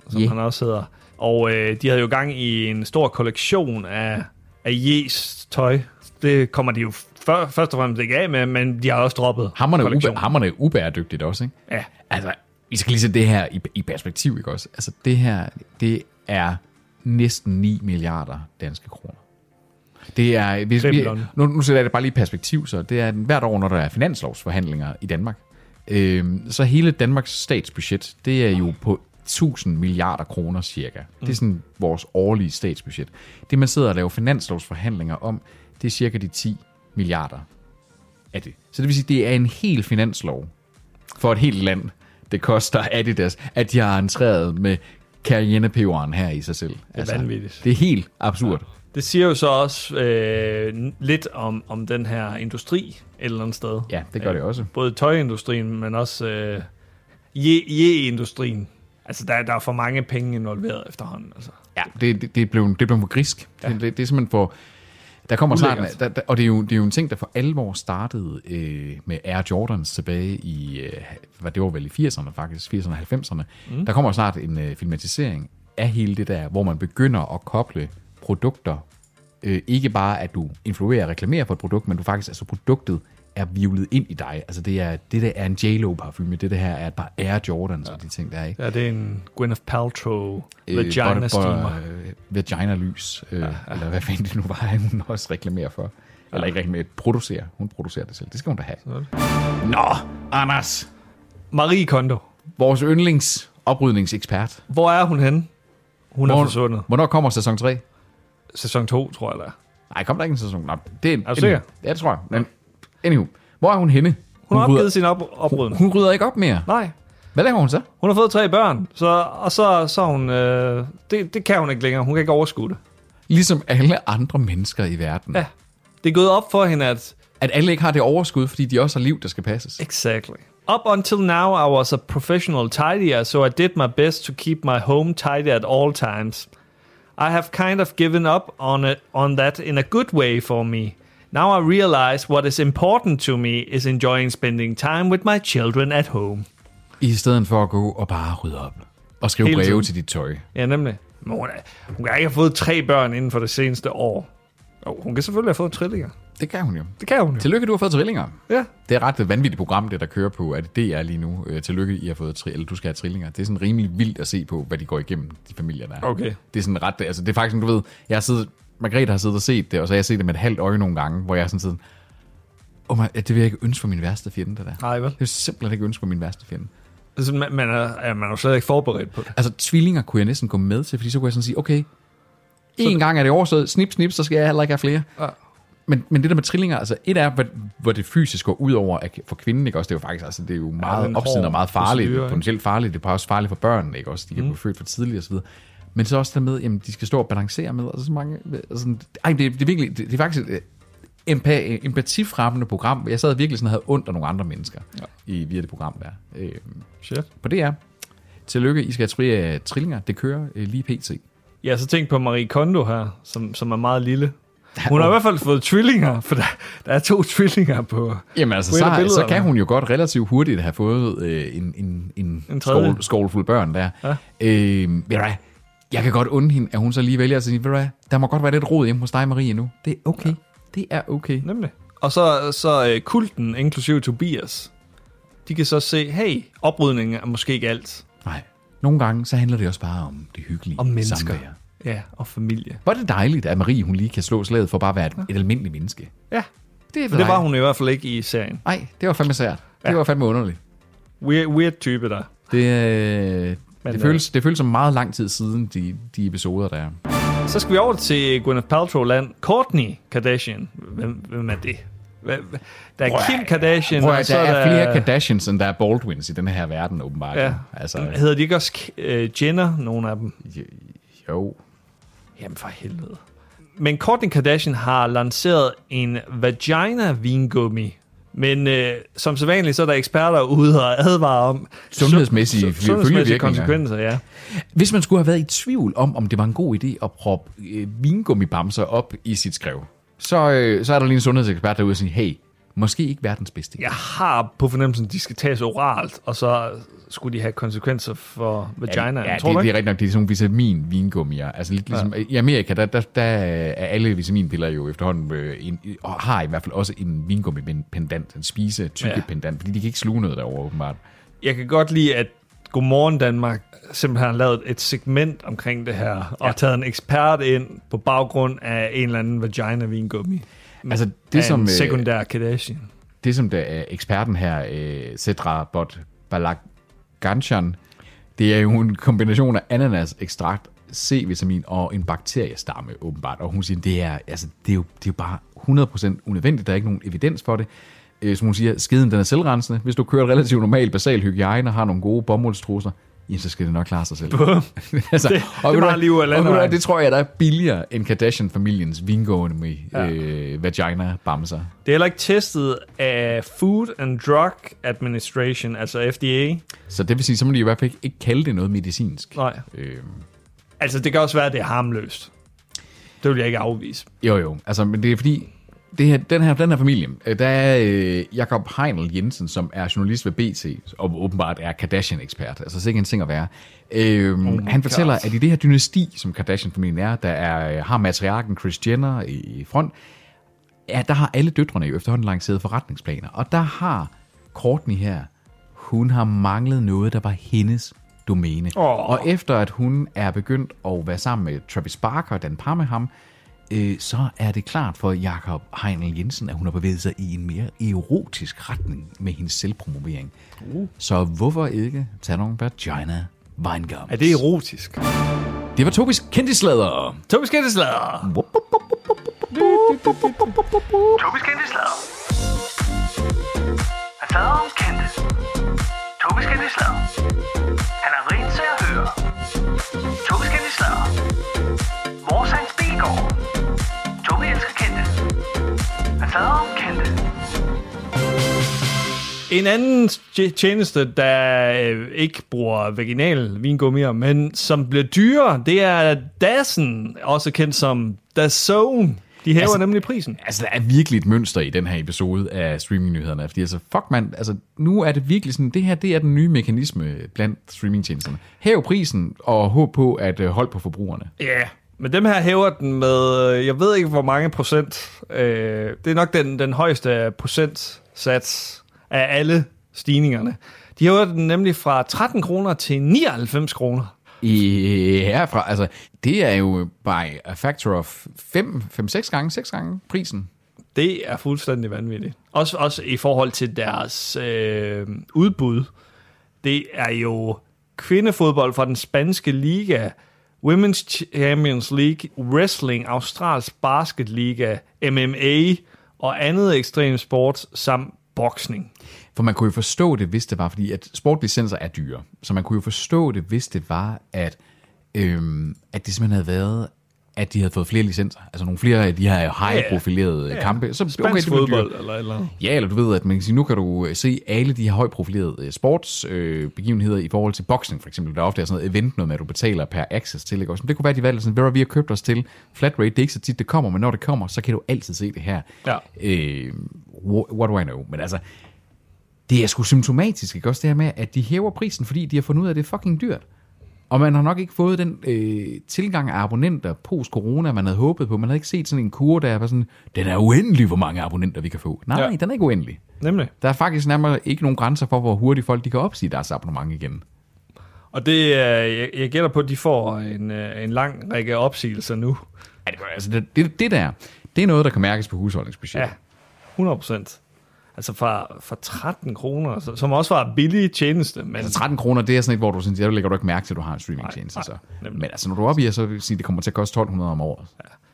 [SPEAKER 1] som
[SPEAKER 2] Ye.
[SPEAKER 1] han også hedder. Og øh, de havde jo gang i en stor kollektion af, af Ye's tøj. Det kommer de jo før, først og fremmest ikke af med, men de har også droppet
[SPEAKER 2] Hammerne, ube,
[SPEAKER 1] kollektionen.
[SPEAKER 2] hammerne er ubæredygtigt også, ikke?
[SPEAKER 1] Ja.
[SPEAKER 2] Altså, vi skal lige sætte det her i, i perspektiv, ikke også? Altså, det her, det er næsten 9 milliarder danske kroner. Det er, hvis vi,
[SPEAKER 1] Kremlerne.
[SPEAKER 2] nu, nu sætter jeg det bare lige i perspektiv, så det er hvert år, når der er finanslovsforhandlinger i Danmark, øh, så hele Danmarks statsbudget, det er jo på 1000 milliarder kroner cirka. Det er sådan vores årlige statsbudget. Det, man sidder og laver finanslovsforhandlinger om, det er cirka de 10 milliarder af det. Så det vil sige, det er en hel finanslov for et helt land, det koster Adidas, at de har entreret med cayennepeberen her i sig selv. Det er
[SPEAKER 1] vanvittigt.
[SPEAKER 2] Det er helt absurd.
[SPEAKER 1] Det siger jo så også øh, n- lidt om, om den her industri et eller andet sted.
[SPEAKER 2] Ja, det gør det også.
[SPEAKER 1] Både tøjindustrien, men også øh, je-industrien. Altså, der, er- der er for mange penge involveret efterhånden. Altså.
[SPEAKER 2] Ja, det, det, det, blev, det blev for grisk. Ja. Det, det, det er simpelthen for... Der kommer snart,
[SPEAKER 1] Ulækkert.
[SPEAKER 2] der, der, og det er, jo, det er jo en ting, der for alvor startede øh, med Air Jordans tilbage i, øh, hvad det var vel i 80'erne faktisk, 80'erne og 90'erne. Mm. Der kommer snart en øh, filmatisering af hele det der, hvor man begynder at koble produkter. Øh, ikke bare, at du influerer og reklamerer for et produkt, men du faktisk, altså produktet er vivlet ind i dig. Altså det, er, det der er en j parfume det, det her er et par Air Jordans ja. og de ting, der er. Ikke?
[SPEAKER 1] Ja, det er en Gwyneth Paltrow
[SPEAKER 2] Øh,
[SPEAKER 1] vagina
[SPEAKER 2] bot-
[SPEAKER 1] steamer.
[SPEAKER 2] bot- øh, Vagina-lys, øh, eller hvad fanden det nu var, at hun også reklamerer for. Eller ikke reklamerer, producerer. Hun producerer det selv. Det skal hun da have. Nå, Anders,
[SPEAKER 1] Marie Kondo.
[SPEAKER 2] vores yndlings oprydningsekspert.
[SPEAKER 1] Hvor er hun henne? Hun er forsvundet.
[SPEAKER 2] hvornår kommer sæson 3?
[SPEAKER 1] Sæson 2, tror jeg, der er.
[SPEAKER 2] Nej, kom der ikke en sæson? Nå, det er, en,
[SPEAKER 1] Er du sikker?
[SPEAKER 2] Ja, det tror jeg. Men, anywho, hvor er hun henne?
[SPEAKER 1] Hun har
[SPEAKER 2] rydder,
[SPEAKER 1] opgivet sin op- oprydning.
[SPEAKER 2] hun rydder ikke op mere.
[SPEAKER 1] Nej,
[SPEAKER 2] Hvad laver hun så?
[SPEAKER 1] hun har fået tre børn, så, og så, så er hun... Øh, det, det kan hun ikke længere. Hun kan ikke overskue det.
[SPEAKER 2] Ligesom alle andre mennesker i verden.
[SPEAKER 1] Ja. Det er gået op for hende, at...
[SPEAKER 2] At alle ikke har det overskud, fordi de også har liv, der skal passes.
[SPEAKER 1] Exactly. Up until now, I was a professional tidier, so I did my best to keep my home tidy at all times. I have kind of given up on it, on that in a good way for me. Now I realize what is important to me is enjoying spending time with my children at home.
[SPEAKER 2] I stedet for at gå og bare rydde op. Og skrive
[SPEAKER 1] Hele
[SPEAKER 2] breve
[SPEAKER 1] tiden.
[SPEAKER 2] til dit tøj.
[SPEAKER 1] Ja, nemlig. Men hun, er, hun kan ikke have fået tre børn inden for det seneste år. Og hun kan selvfølgelig have fået trillinger.
[SPEAKER 2] Det kan hun jo.
[SPEAKER 1] Det kan hun jo.
[SPEAKER 2] Tillykke, du har fået trillinger.
[SPEAKER 1] Ja.
[SPEAKER 2] Det er et ret vanvittigt program, det der kører på, at det er lige nu. Øh, Tillykke, I har fået tri- eller du skal have trillinger. Det er sådan rimelig vildt at se på, hvad de går igennem, de familier, der er.
[SPEAKER 1] Okay.
[SPEAKER 2] Det er sådan ret, altså det er faktisk, sådan, du ved, jeg har siddet, Margrethe har siddet og set det, og så har jeg set det med et halvt øje nogle gange, hvor jeg er sådan sådan, oh my, det vil jeg ikke ønske for min værste fjende, det der.
[SPEAKER 1] Nej, vel?
[SPEAKER 2] Det vil jeg simpelthen ikke ønske for min værste fjende.
[SPEAKER 1] Altså, man, man, er, er, man er jo slet ikke forberedt på det.
[SPEAKER 2] Altså tvillinger kunne jeg næsten gå med til, fordi så kunne jeg sådan sige, okay, en gang er det overstået, snip, snip, så skal jeg heller ikke have flere.
[SPEAKER 1] Ja.
[SPEAKER 2] Men, men det der med trillinger, altså et er, hvor, hvor det fysisk går ud over at- for kvinden, ikke også? Det er jo faktisk, altså det er jo
[SPEAKER 1] det er
[SPEAKER 2] meget
[SPEAKER 1] en
[SPEAKER 2] ja, opsiden
[SPEAKER 1] hård
[SPEAKER 2] og meget farligt,
[SPEAKER 1] procedure, ikke?
[SPEAKER 2] potentielt farligt, det er bare også farligt for børnene, ikke også? De kan mm. blive født for tidligt og så videre. Men så også der med, jamen de skal stå og balancere med, og så mange, og sådan, ej, det, det er virkelig, det, det er faktisk et øh, empa, empatifremmende program. Jeg sad virkelig sådan og havde ondt af nogle andre mennesker ja. i, via det program der. Øh,
[SPEAKER 1] Shit.
[SPEAKER 2] på DR. Tillykke, I skal have tri- øh, trillinger. Det kører øh, lige pt.
[SPEAKER 1] Ja, så tænk på Marie Kondo her, som, som er meget lille. Hun har i hvert fald fået trillinger, for der, der er to trillinger på...
[SPEAKER 2] Jamen altså,
[SPEAKER 1] På et
[SPEAKER 2] så,
[SPEAKER 1] af billederne.
[SPEAKER 2] så kan hun jo godt relativt hurtigt have fået øh, en, en, en,
[SPEAKER 1] En tredje.
[SPEAKER 2] skål- skålfuld børn der. Ja. Øh, ved du hvad? jeg kan godt undre hende, at hun så lige vælger at sige, ved du hvad, der må godt være lidt rod hjemme hos dig, Marie, nu. Det er okay. Ja. Det er okay.
[SPEAKER 1] Nemlig. Og så, så øh, kulten, inklusive Tobias, de kan så se, hey, oprydningen er måske ikke alt.
[SPEAKER 2] Nej. Nogle gange, så handler det også bare om det hyggelige
[SPEAKER 1] Om mennesker.
[SPEAKER 2] samvær.
[SPEAKER 1] Ja, og familie.
[SPEAKER 2] Hvor er det dejligt, at Marie, hun lige kan slå slaget for bare at være et, et almindeligt menneske.
[SPEAKER 1] Ja,
[SPEAKER 2] Det, er
[SPEAKER 1] for det var hun i hvert fald ikke i serien.
[SPEAKER 2] Nej, det var fandme sært. Ja. Det var fandme underligt.
[SPEAKER 1] Weird, weird type der.
[SPEAKER 2] Det, øh,
[SPEAKER 1] Men,
[SPEAKER 2] det, føles, det føles som meget lang tid siden, de, de episoder, der er.
[SPEAKER 1] Så skal vi over til Gwyneth Paltrow-land. Kourtney Kardashian. Hvem, hvem er det? Hvem- Der er Kim Kardashian,
[SPEAKER 2] Prøv,
[SPEAKER 1] og
[SPEAKER 2] at,
[SPEAKER 1] så
[SPEAKER 2] der
[SPEAKER 1] er
[SPEAKER 2] er flere Kardashians, end der er Baldwins i den her verden, åbenbart.
[SPEAKER 1] Ja.
[SPEAKER 2] Altså,
[SPEAKER 1] Hedder de ikke også øh, Jenner, nogle af dem?
[SPEAKER 2] jo.
[SPEAKER 1] Jamen for helvede. Men Kourtney Kardashian har lanceret en vagina-vingummi. Men øh, som sædvanligt, så er der eksperter ude og advare om
[SPEAKER 2] Sundhedsmæssige
[SPEAKER 1] sund- sundhedsmæssige
[SPEAKER 2] følgevirkninger.
[SPEAKER 1] konsekvenser. Ja.
[SPEAKER 2] Hvis man skulle have været i tvivl om, om det var en god idé at proppe øh, vingummibamser op i sit skrev, så, øh, så er der lige en sundhedsekspert derude og sige, hey, måske ikke verdens bedste. idé."
[SPEAKER 1] Jeg har på fornemmelsen, at de skal tages oralt, og så skulle de have konsekvenser for vaginaen.
[SPEAKER 2] Ja,
[SPEAKER 1] tror
[SPEAKER 2] det,
[SPEAKER 1] du
[SPEAKER 2] det
[SPEAKER 1] ikke?
[SPEAKER 2] er rigtigt nok, det er sådan nogle vitamin-vingummier. Altså lidt ligesom, ja. I Amerika, der, der, der er alle vitaminpiller jo efterhånden, øh, en, og har i hvert fald også en vingummi med en pendant, en spise tykke
[SPEAKER 1] Ja.
[SPEAKER 2] ja. pendant, fordi de kan ikke sluge noget derovre åbenbart.
[SPEAKER 1] Jeg kan godt lide, at Godmorgen Danmark simpelthen har lavet et segment omkring det her, og taget en ekspert ind på baggrund af en eller anden vagina-vingummi.
[SPEAKER 2] Altså det som,
[SPEAKER 1] en
[SPEAKER 2] øh,
[SPEAKER 1] sekundær Kardashian.
[SPEAKER 2] det, som der er eksperten her, øh, Sedra Bot Balaganchan, det er jo en kombination af ananas, ekstrakt, C-vitamin og en bakteriestamme, åbenbart. Og hun siger, det er, altså, det er, jo, det er jo bare 100% unødvendigt, der er ikke nogen evidens for det. Øh, Som hun siger, skeden den er selvrensende. Hvis du kører relativt normal basal hygiejne og har nogle gode bomuldestrusser, ja, så skal det nok klare sig selv. altså, det,
[SPEAKER 1] det er bare liv og landevejen.
[SPEAKER 2] det tror jeg, der er billigere end Kardashian-familiens vingående med ja. øh, vagina-bamser.
[SPEAKER 1] Det er heller ikke testet af Food and Drug Administration, altså FDA.
[SPEAKER 2] Så det vil sige, så må de i hvert fald ikke, ikke kalde det noget medicinsk.
[SPEAKER 1] Nej.
[SPEAKER 2] Øh,
[SPEAKER 1] Altså, det kan også være, at det er harmløst. Det vil jeg ikke afvise.
[SPEAKER 2] Jo, jo. Altså, men det er fordi, det her, den, her, den her familie, øh, der er øh, Jakob Heinl Jensen, som er journalist ved BT, og åbenbart er Kardashian-ekspert. Altså, sikkert en ting at være. Øhm, oh han fortæller,
[SPEAKER 1] God.
[SPEAKER 2] at i det her dynasti, som Kardashian-familien er, der er, øh, har matriarken Kris Jenner i, i front, ja, der har alle døtrene jo efterhånden lanceret forretningsplaner. Og der har Courtney her, hun har manglet noget, der var hendes domæne.
[SPEAKER 1] Åh.
[SPEAKER 2] Og efter at hun er begyndt at være sammen med Travis Barker og Dan par med ham, øh, så er det klart for Jakob Heinel Jensen, at hun har bevæget sig i en mere erotisk retning med hendes selvpromovering. Uh. Så hvorfor ikke tage nogle vagina vinegums?
[SPEAKER 1] Er det erotisk?
[SPEAKER 2] det var Tobis kendtislader.
[SPEAKER 1] Tobias Ketteslader.
[SPEAKER 5] Tobis kendte slader. Han fader om kendte. Tobis kendte slader. Han er rent til at høre. Tobis kendte slader. Mors hans bilgård. Tobi elsker kendte. Han fader om kendte.
[SPEAKER 1] En anden tje- tjeneste, der øh, ikke bruger vaginal vingummier, men som bliver dyrere, det er Dassen, også kendt som Dazone. De hæver altså,
[SPEAKER 2] Altså-
[SPEAKER 1] nemlig prisen.
[SPEAKER 2] Altså, der er virkelig et mønster i den her episode af streamingnyhederne. Fordi altså, fuck man, altså, nu er det virkelig sådan, det her det er den nye mekanisme blandt streamingtjenesterne. Hæv prisen og håb på at øh, holde på forbrugerne.
[SPEAKER 1] Ja, yeah. men dem her hæver den med, øh, jeg ved ikke hvor mange procent. Øh, det er nok den, den højeste procentsats af alle stigningerne. De hæver den nemlig fra 13 kroner til 99 kroner.
[SPEAKER 2] Ja, fra, altså, det er jo by a factor of 5, 5 6 gange, 6 gange prisen.
[SPEAKER 1] Det er fuldstændig vanvittigt. Også, også i forhold til deres øh, udbud. Det er jo kvindefodbold fra den spanske liga, Women's Champions League, Wrestling, Australsk Basket Liga, MMA og andet ekstrem sport samt boksning.
[SPEAKER 2] For man kunne jo forstå det, hvis det var, fordi at sportlicenser er dyre. Så man kunne jo forstå det, hvis det var, at, øhm, at det simpelthen havde været, at de havde fået flere licenser. Altså nogle flere af de her high-profilerede yeah. kampe. Så, okay,
[SPEAKER 1] Spansk
[SPEAKER 2] det blev dyrt.
[SPEAKER 1] fodbold eller et eller andet.
[SPEAKER 2] Ja, eller du ved, at man kan sige, nu kan du øh, se alle de her højprofilerede sportsbegivenheder øh, begivenheder i forhold til boksning, for eksempel. Der ofte er sådan noget event, noget med, at du betaler per access til. Ikke? Også, det kunne være, at de valgte sådan, hvad vi har købt os til. Flat rate, det er ikke så tit, det kommer, men når det kommer, så kan du altid se det her.
[SPEAKER 1] Ja.
[SPEAKER 2] Øh, wha- what do I know? Men altså, det er sgu symptomatisk, ikke? Også det her med, at de hæver prisen, fordi de har fundet ud af, at det er fucking dyrt. Og man har nok ikke fået den øh, tilgang af abonnenter post-corona, man havde håbet på. Man havde ikke set sådan en kurve, der var sådan, den er uendelig, hvor mange abonnenter vi kan få. Nej,
[SPEAKER 1] Ja.
[SPEAKER 2] ja. den er ikke uendelig.
[SPEAKER 1] Nemlig.
[SPEAKER 2] Der er faktisk nærmere ikke nogen grænser for, hvor hurtigt folk de kan opsige deres abonnement igen.
[SPEAKER 1] Og det, øh, jeg, jeg gætter på, at de får en, øh, en lang række opsigelser nu.
[SPEAKER 2] Ja, det, altså, det, det, det der, det er noget, der kan mærkes på husholdningsbudgettet.
[SPEAKER 1] Ja, 100 procent. Altså fra, fra 13 kroner, så- som også var billig tjeneste. Men
[SPEAKER 2] Altså 13 kroner, det er sådan et, hvor du synes, jeg lægger du ikke mærke til, at du har en streamingtjeneste.
[SPEAKER 1] Nej,
[SPEAKER 2] Så.
[SPEAKER 1] nej, nemlig.
[SPEAKER 2] Men altså, når du er oppe i, så vil jeg sige, det kommer til at koste 1200 om året.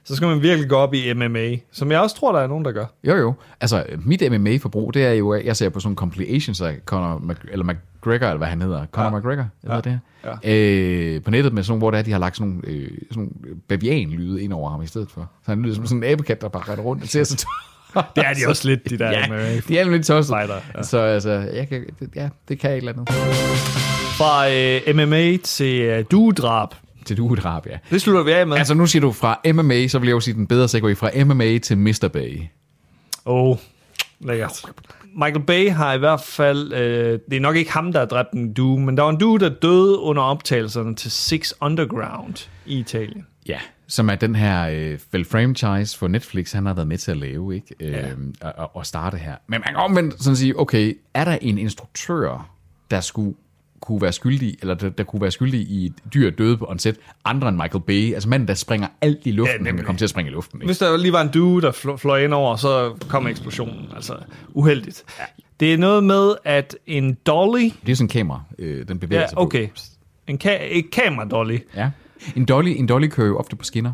[SPEAKER 1] så skal man virkelig gå op i MMA, som jeg også tror, der er nogen, der gør.
[SPEAKER 2] Jo, jo. Altså, mit MMA-forbrug, det er jo, at jeg ser på sådan nogle compilations af Conor Mc, eller McGregor, eller hvad han hedder. Conor ja. McGregor, eller ja. det her. Ja. Øh, på nettet med sådan nogle, hvor det er, de har lagt sådan nogle, øh, sådan nogle bavian-lyde ind over ham i stedet for. Så han lyder som sådan en abekat, der bare retter rundt og ser så
[SPEAKER 1] Det er de også lidt, de der
[SPEAKER 2] Ja,
[SPEAKER 1] MMA.
[SPEAKER 2] de er lidt tosset.
[SPEAKER 1] Fighter, ja.
[SPEAKER 2] Ja. Så altså, jeg kan, det, ja, det kan jeg et eller andet.
[SPEAKER 1] Fra øh, MMA til øh, duedrab.
[SPEAKER 2] Til du drab, ja.
[SPEAKER 1] Det slutter vi af med.
[SPEAKER 2] Altså, nu siger du fra MMA, så vil jeg jo sige den bedre segue fra MMA til Mr. Bay.
[SPEAKER 1] Åh, oh, lækkert. Michael Bay har i hvert fald, øh, det er nok ikke ham, der har dræbt en due, men der var en due, der døde under optagelserne til Six Underground i Italien.
[SPEAKER 2] Ja, som er den her øh, vel franchise for Netflix, han har været med til at lave, ikke? Øh,
[SPEAKER 1] Ja.
[SPEAKER 2] og, og, og starte her. Men man kan omvendt sådan sige, okay, er der en instruktør, der skulle kunne være skyldig, eller der, der kunne være skyldig i et dyr døde på en set, andre end Michael Bay, altså manden, der springer alt i
[SPEAKER 1] Ja,
[SPEAKER 2] luften, ja,
[SPEAKER 1] nemlig.
[SPEAKER 2] han kan komme til at springe i luften. Ikke?
[SPEAKER 1] Hvis der lige var en due, der fl- fløj ind over, så kom eksplosionen. Altså, uheldigt. Det er noget med, at en dolly...
[SPEAKER 2] Det er sådan en kamera, øh, den bevæger
[SPEAKER 1] Ja,
[SPEAKER 2] sig
[SPEAKER 1] okay.
[SPEAKER 2] på.
[SPEAKER 1] En, ka- en kamera-dolly.
[SPEAKER 2] Ja, En dolly, en dolly kører jo ofte på skinner.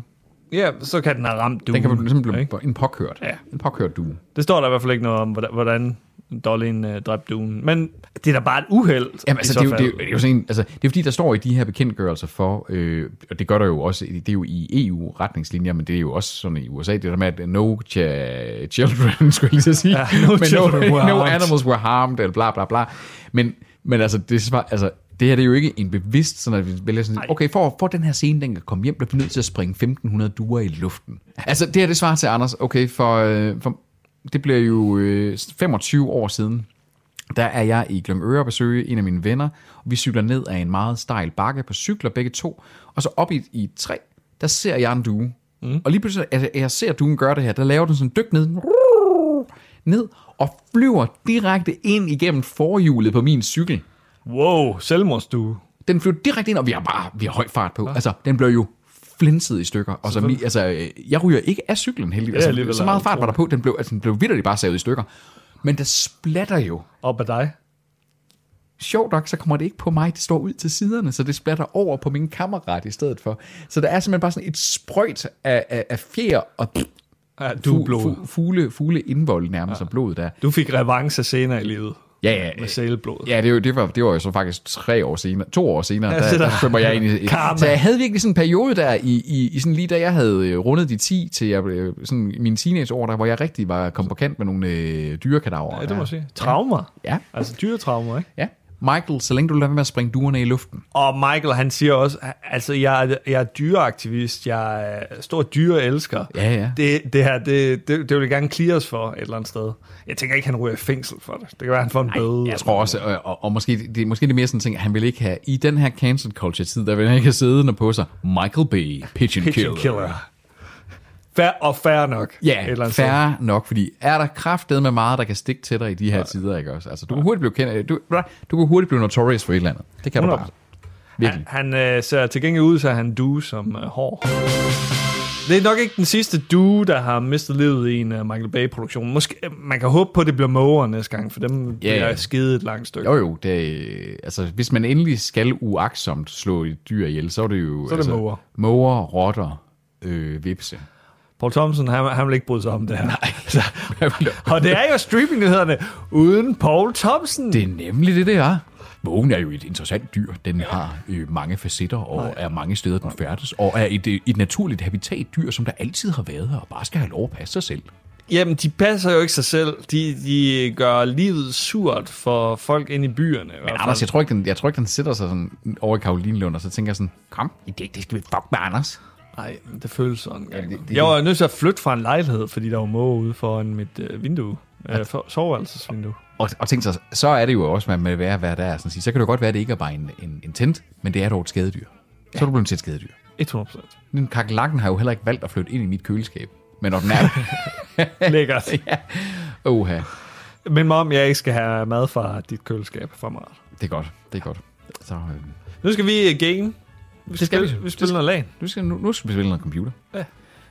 [SPEAKER 1] Ja, så kan den have ramt duen.
[SPEAKER 2] Den kan simpelthen
[SPEAKER 1] ikke?
[SPEAKER 2] blive en påkørt.
[SPEAKER 1] Ja.
[SPEAKER 2] En påkørt due.
[SPEAKER 1] Det står der i hvert fald ikke noget om, hvordan, hvordan Dollin øh, dræbte ugen. Men det er da bare et uheld. i
[SPEAKER 2] Jamen, altså,
[SPEAKER 1] så
[SPEAKER 2] det, er jo, det,
[SPEAKER 1] fald.
[SPEAKER 2] er jo, det er jo sådan en, altså, det er fordi, der står i de her bekendtgørelser for, øh, og det gør der jo også, det er jo i EU-retningslinjer, men det er jo også sådan i USA, det der med, at no ch- children, skulle jeg lige så sige,
[SPEAKER 1] Ja, no
[SPEAKER 2] men
[SPEAKER 1] children
[SPEAKER 2] no,
[SPEAKER 1] were
[SPEAKER 2] no
[SPEAKER 1] harmed.
[SPEAKER 2] animals were harmed, eller bla bla bla. Men, men altså, det, er svar- altså, det her det er jo ikke en bevidst, sådan at vi vælger sådan, okay, for, for den her scene, den kan komme hjem, der bliver vi nødt til at springe 1500 duer i luften. Altså, det her det svarer til Anders, okay, for, øh, for det bliver jo øh, 25 år siden, der er jeg i Glømøre og besøge en af mine venner. Vi cykler ned ad en meget stejl bakke på cykler begge to. Og så op i, i et træ, der ser jeg en due. Mm. Og lige pludselig, altså, jeg ser duen gøre det her, der laver den sådan en dyk ned. Ned og flyver direkte ind igennem forhjulet på min cykel.
[SPEAKER 1] Wow, selvmordsdue.
[SPEAKER 2] Den flyver direkte ind, og vi har bare vi har høj fart på. Altså, den blev jo flænset i stykker. Og så, mi- altså, øh, jeg ryger ikke af cyklen heldigvis.
[SPEAKER 1] Ja,
[SPEAKER 2] Altså,
[SPEAKER 1] alligevel
[SPEAKER 2] så meget
[SPEAKER 1] er
[SPEAKER 2] fart var der på, den blev, altså, den blev vidderligt bare savet i stykker. Men der splatter jo
[SPEAKER 1] Op ad dig.
[SPEAKER 2] sjovt nok, så kommer det ikke på mig, det står ud til siderne, så det splatter over på min kammerat i stedet for. Så der er simpelthen bare sådan et sprøjt af, af, af fjer og
[SPEAKER 1] Ja, du er
[SPEAKER 2] fu,
[SPEAKER 1] blod.
[SPEAKER 2] fu, fugle, fugle indvold nærmest ja. og blod der.
[SPEAKER 1] Du fik revanche senere i livet.
[SPEAKER 2] Ja, ja,
[SPEAKER 1] Med
[SPEAKER 2] øh,
[SPEAKER 1] sæleblod.
[SPEAKER 2] Ja, det, var, det, var, det var jo så faktisk tre år senere, to år senere,
[SPEAKER 1] Ja,
[SPEAKER 2] der,
[SPEAKER 1] så
[SPEAKER 2] der,
[SPEAKER 1] der-
[SPEAKER 2] svømmer jeg ind i, i
[SPEAKER 1] Karma.
[SPEAKER 2] Så jeg havde virkelig sådan en periode der, i, i, i sådan lige da jeg havde øh, rundet de 10 til jeg, blev- øh, sådan, mine teenageår, der, hvor jeg rigtig var kom på kant med nogle øh, dyrekadaver.
[SPEAKER 1] Ja, det må
[SPEAKER 2] der.
[SPEAKER 1] jeg sige. Traumer.
[SPEAKER 2] Ja.
[SPEAKER 1] Altså dyretraumer, ikke?
[SPEAKER 2] Ja. Michael, så længe du lader være med at springe duerne i luften.
[SPEAKER 1] Og Michael, han siger også, altså, jeg, er- jeg er dyreaktivist, jeg er stor dyreelsker.
[SPEAKER 2] Ja, ja.
[SPEAKER 1] Det, det her, det, det, det vil jeg gerne clear os for et eller andet sted. Jeg tænker ikke, han ryger i fængsel for det. Det kan være, han får en bøde.
[SPEAKER 2] Jeg tror også, og, og, og måske, det, måske det er mere sådan en ting, at han vil ikke have, i den her cancel culture tid, der vil han ikke have siddende på sig, Michael Bay, Pigeon,
[SPEAKER 1] Pigeon
[SPEAKER 2] Pigeon Killer.
[SPEAKER 1] killer. Fair, og fair nok. Et eller
[SPEAKER 2] Ja,
[SPEAKER 1] andet sted.
[SPEAKER 2] færre nok, fordi er der kraftet med meget, der kan stikke til dig i de her tider, ikke også? Altså, du kan hurtigt blive kendt, du, nej, du kan hurtigt blive notorious for et eller andet. Det kan du
[SPEAKER 1] 100%.
[SPEAKER 2] bare. Virkelig.
[SPEAKER 1] Han, han øh, ser til gengæld ud, så er han du som øh, hår. Det er nok ikke den sidste du, der har mistet livet i en uh, Michael Bay-produktion. Måske, man kan håbe på, at det bliver måger næste gang, for dem yeah. bliver
[SPEAKER 2] ja.
[SPEAKER 1] skide et langt stykke.
[SPEAKER 2] Jo jo, det, øh, altså, hvis man endelig skal uaksomt slå et dyr ihjel, så er det jo...
[SPEAKER 1] Så er det
[SPEAKER 2] altså,
[SPEAKER 1] måger.
[SPEAKER 2] Måger, rotter, øh, vipse.
[SPEAKER 1] Paul Thompson, han, han vil ikke bryde sig om det her. Nej. og det er jo streamingnyhederne uden Paul Thompson.
[SPEAKER 2] Det er nemlig det, det er. Mågen er jo et interessant dyr. Den har øh, mange facetter og er mange steder, den færdes, og er et, øh, et naturligt habitatdyr, som der altid har været her, og bare skal have lov at passe sig selv.
[SPEAKER 1] Jamen, de passer jo ikke sig selv. De, de gør livet surt for folk inde i byerne.
[SPEAKER 2] Men Anders, jeg tror, ikke, den, jeg tror ikke, den sætter sig sådan over i Karolinlund, og så tænker jeg sådan, kom, det, det skal vi fuck med, Anders.
[SPEAKER 1] Nej, det føles sådan. Ja,
[SPEAKER 2] det- det-
[SPEAKER 1] jeg var nødt til at flytte fra en lejlighed, fordi der var måge ude foran mit øh, vindue. Øh, for, soveværelsesvindue.
[SPEAKER 2] Og, og tænk så, så er det jo også, man vil være, hvad der er. Sådan at sige. Så kan det jo godt være, at det ikke er bare en, en, en tent, men det er dog et skadedyr. Så er du blevet til et skadedyr.
[SPEAKER 1] 100%.
[SPEAKER 2] Den kakelakken har jo heller ikke valgt at flytte ind i mit køleskab. Men når den er...
[SPEAKER 1] Lækkert.
[SPEAKER 2] Oha,
[SPEAKER 1] Men mom, jeg ikke skal have mad fra dit køleskab fremadrettet.
[SPEAKER 2] det er godt, det er godt. Så, øh,
[SPEAKER 1] Nu skal vi øh, game. Vi skal,
[SPEAKER 2] skal vi.
[SPEAKER 1] spille, vi. spiller noget lag.
[SPEAKER 2] Nu skal, nu, nu skal vi spille noget computer.
[SPEAKER 1] Ja.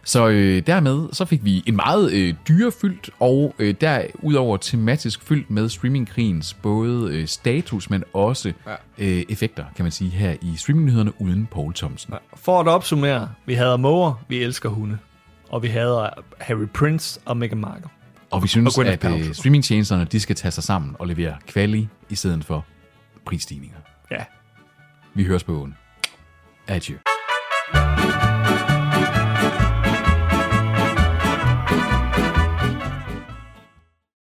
[SPEAKER 2] Så øh, dermed så fik vi en meget øh, dyrefyldt og øh, derudover tematisk fyldt med streamingkrigens både øh, status, men også øh, effekter, kan man sige, her i streamingnyhederne uden Paul Thomsen. Ja.
[SPEAKER 1] For at opsummere, vi hader måger, vi elsker hunde. Og vi hader Harry Prince og Meghan Markle.
[SPEAKER 2] Og vi synes,
[SPEAKER 1] Og Gwyneth
[SPEAKER 2] at øh,
[SPEAKER 1] Paltrow.
[SPEAKER 2] streamingtjenesterne de skal tage sig sammen og levere kvali i stedet for prisstigninger.
[SPEAKER 1] Ja.
[SPEAKER 2] Vi høres på åen. Adieu.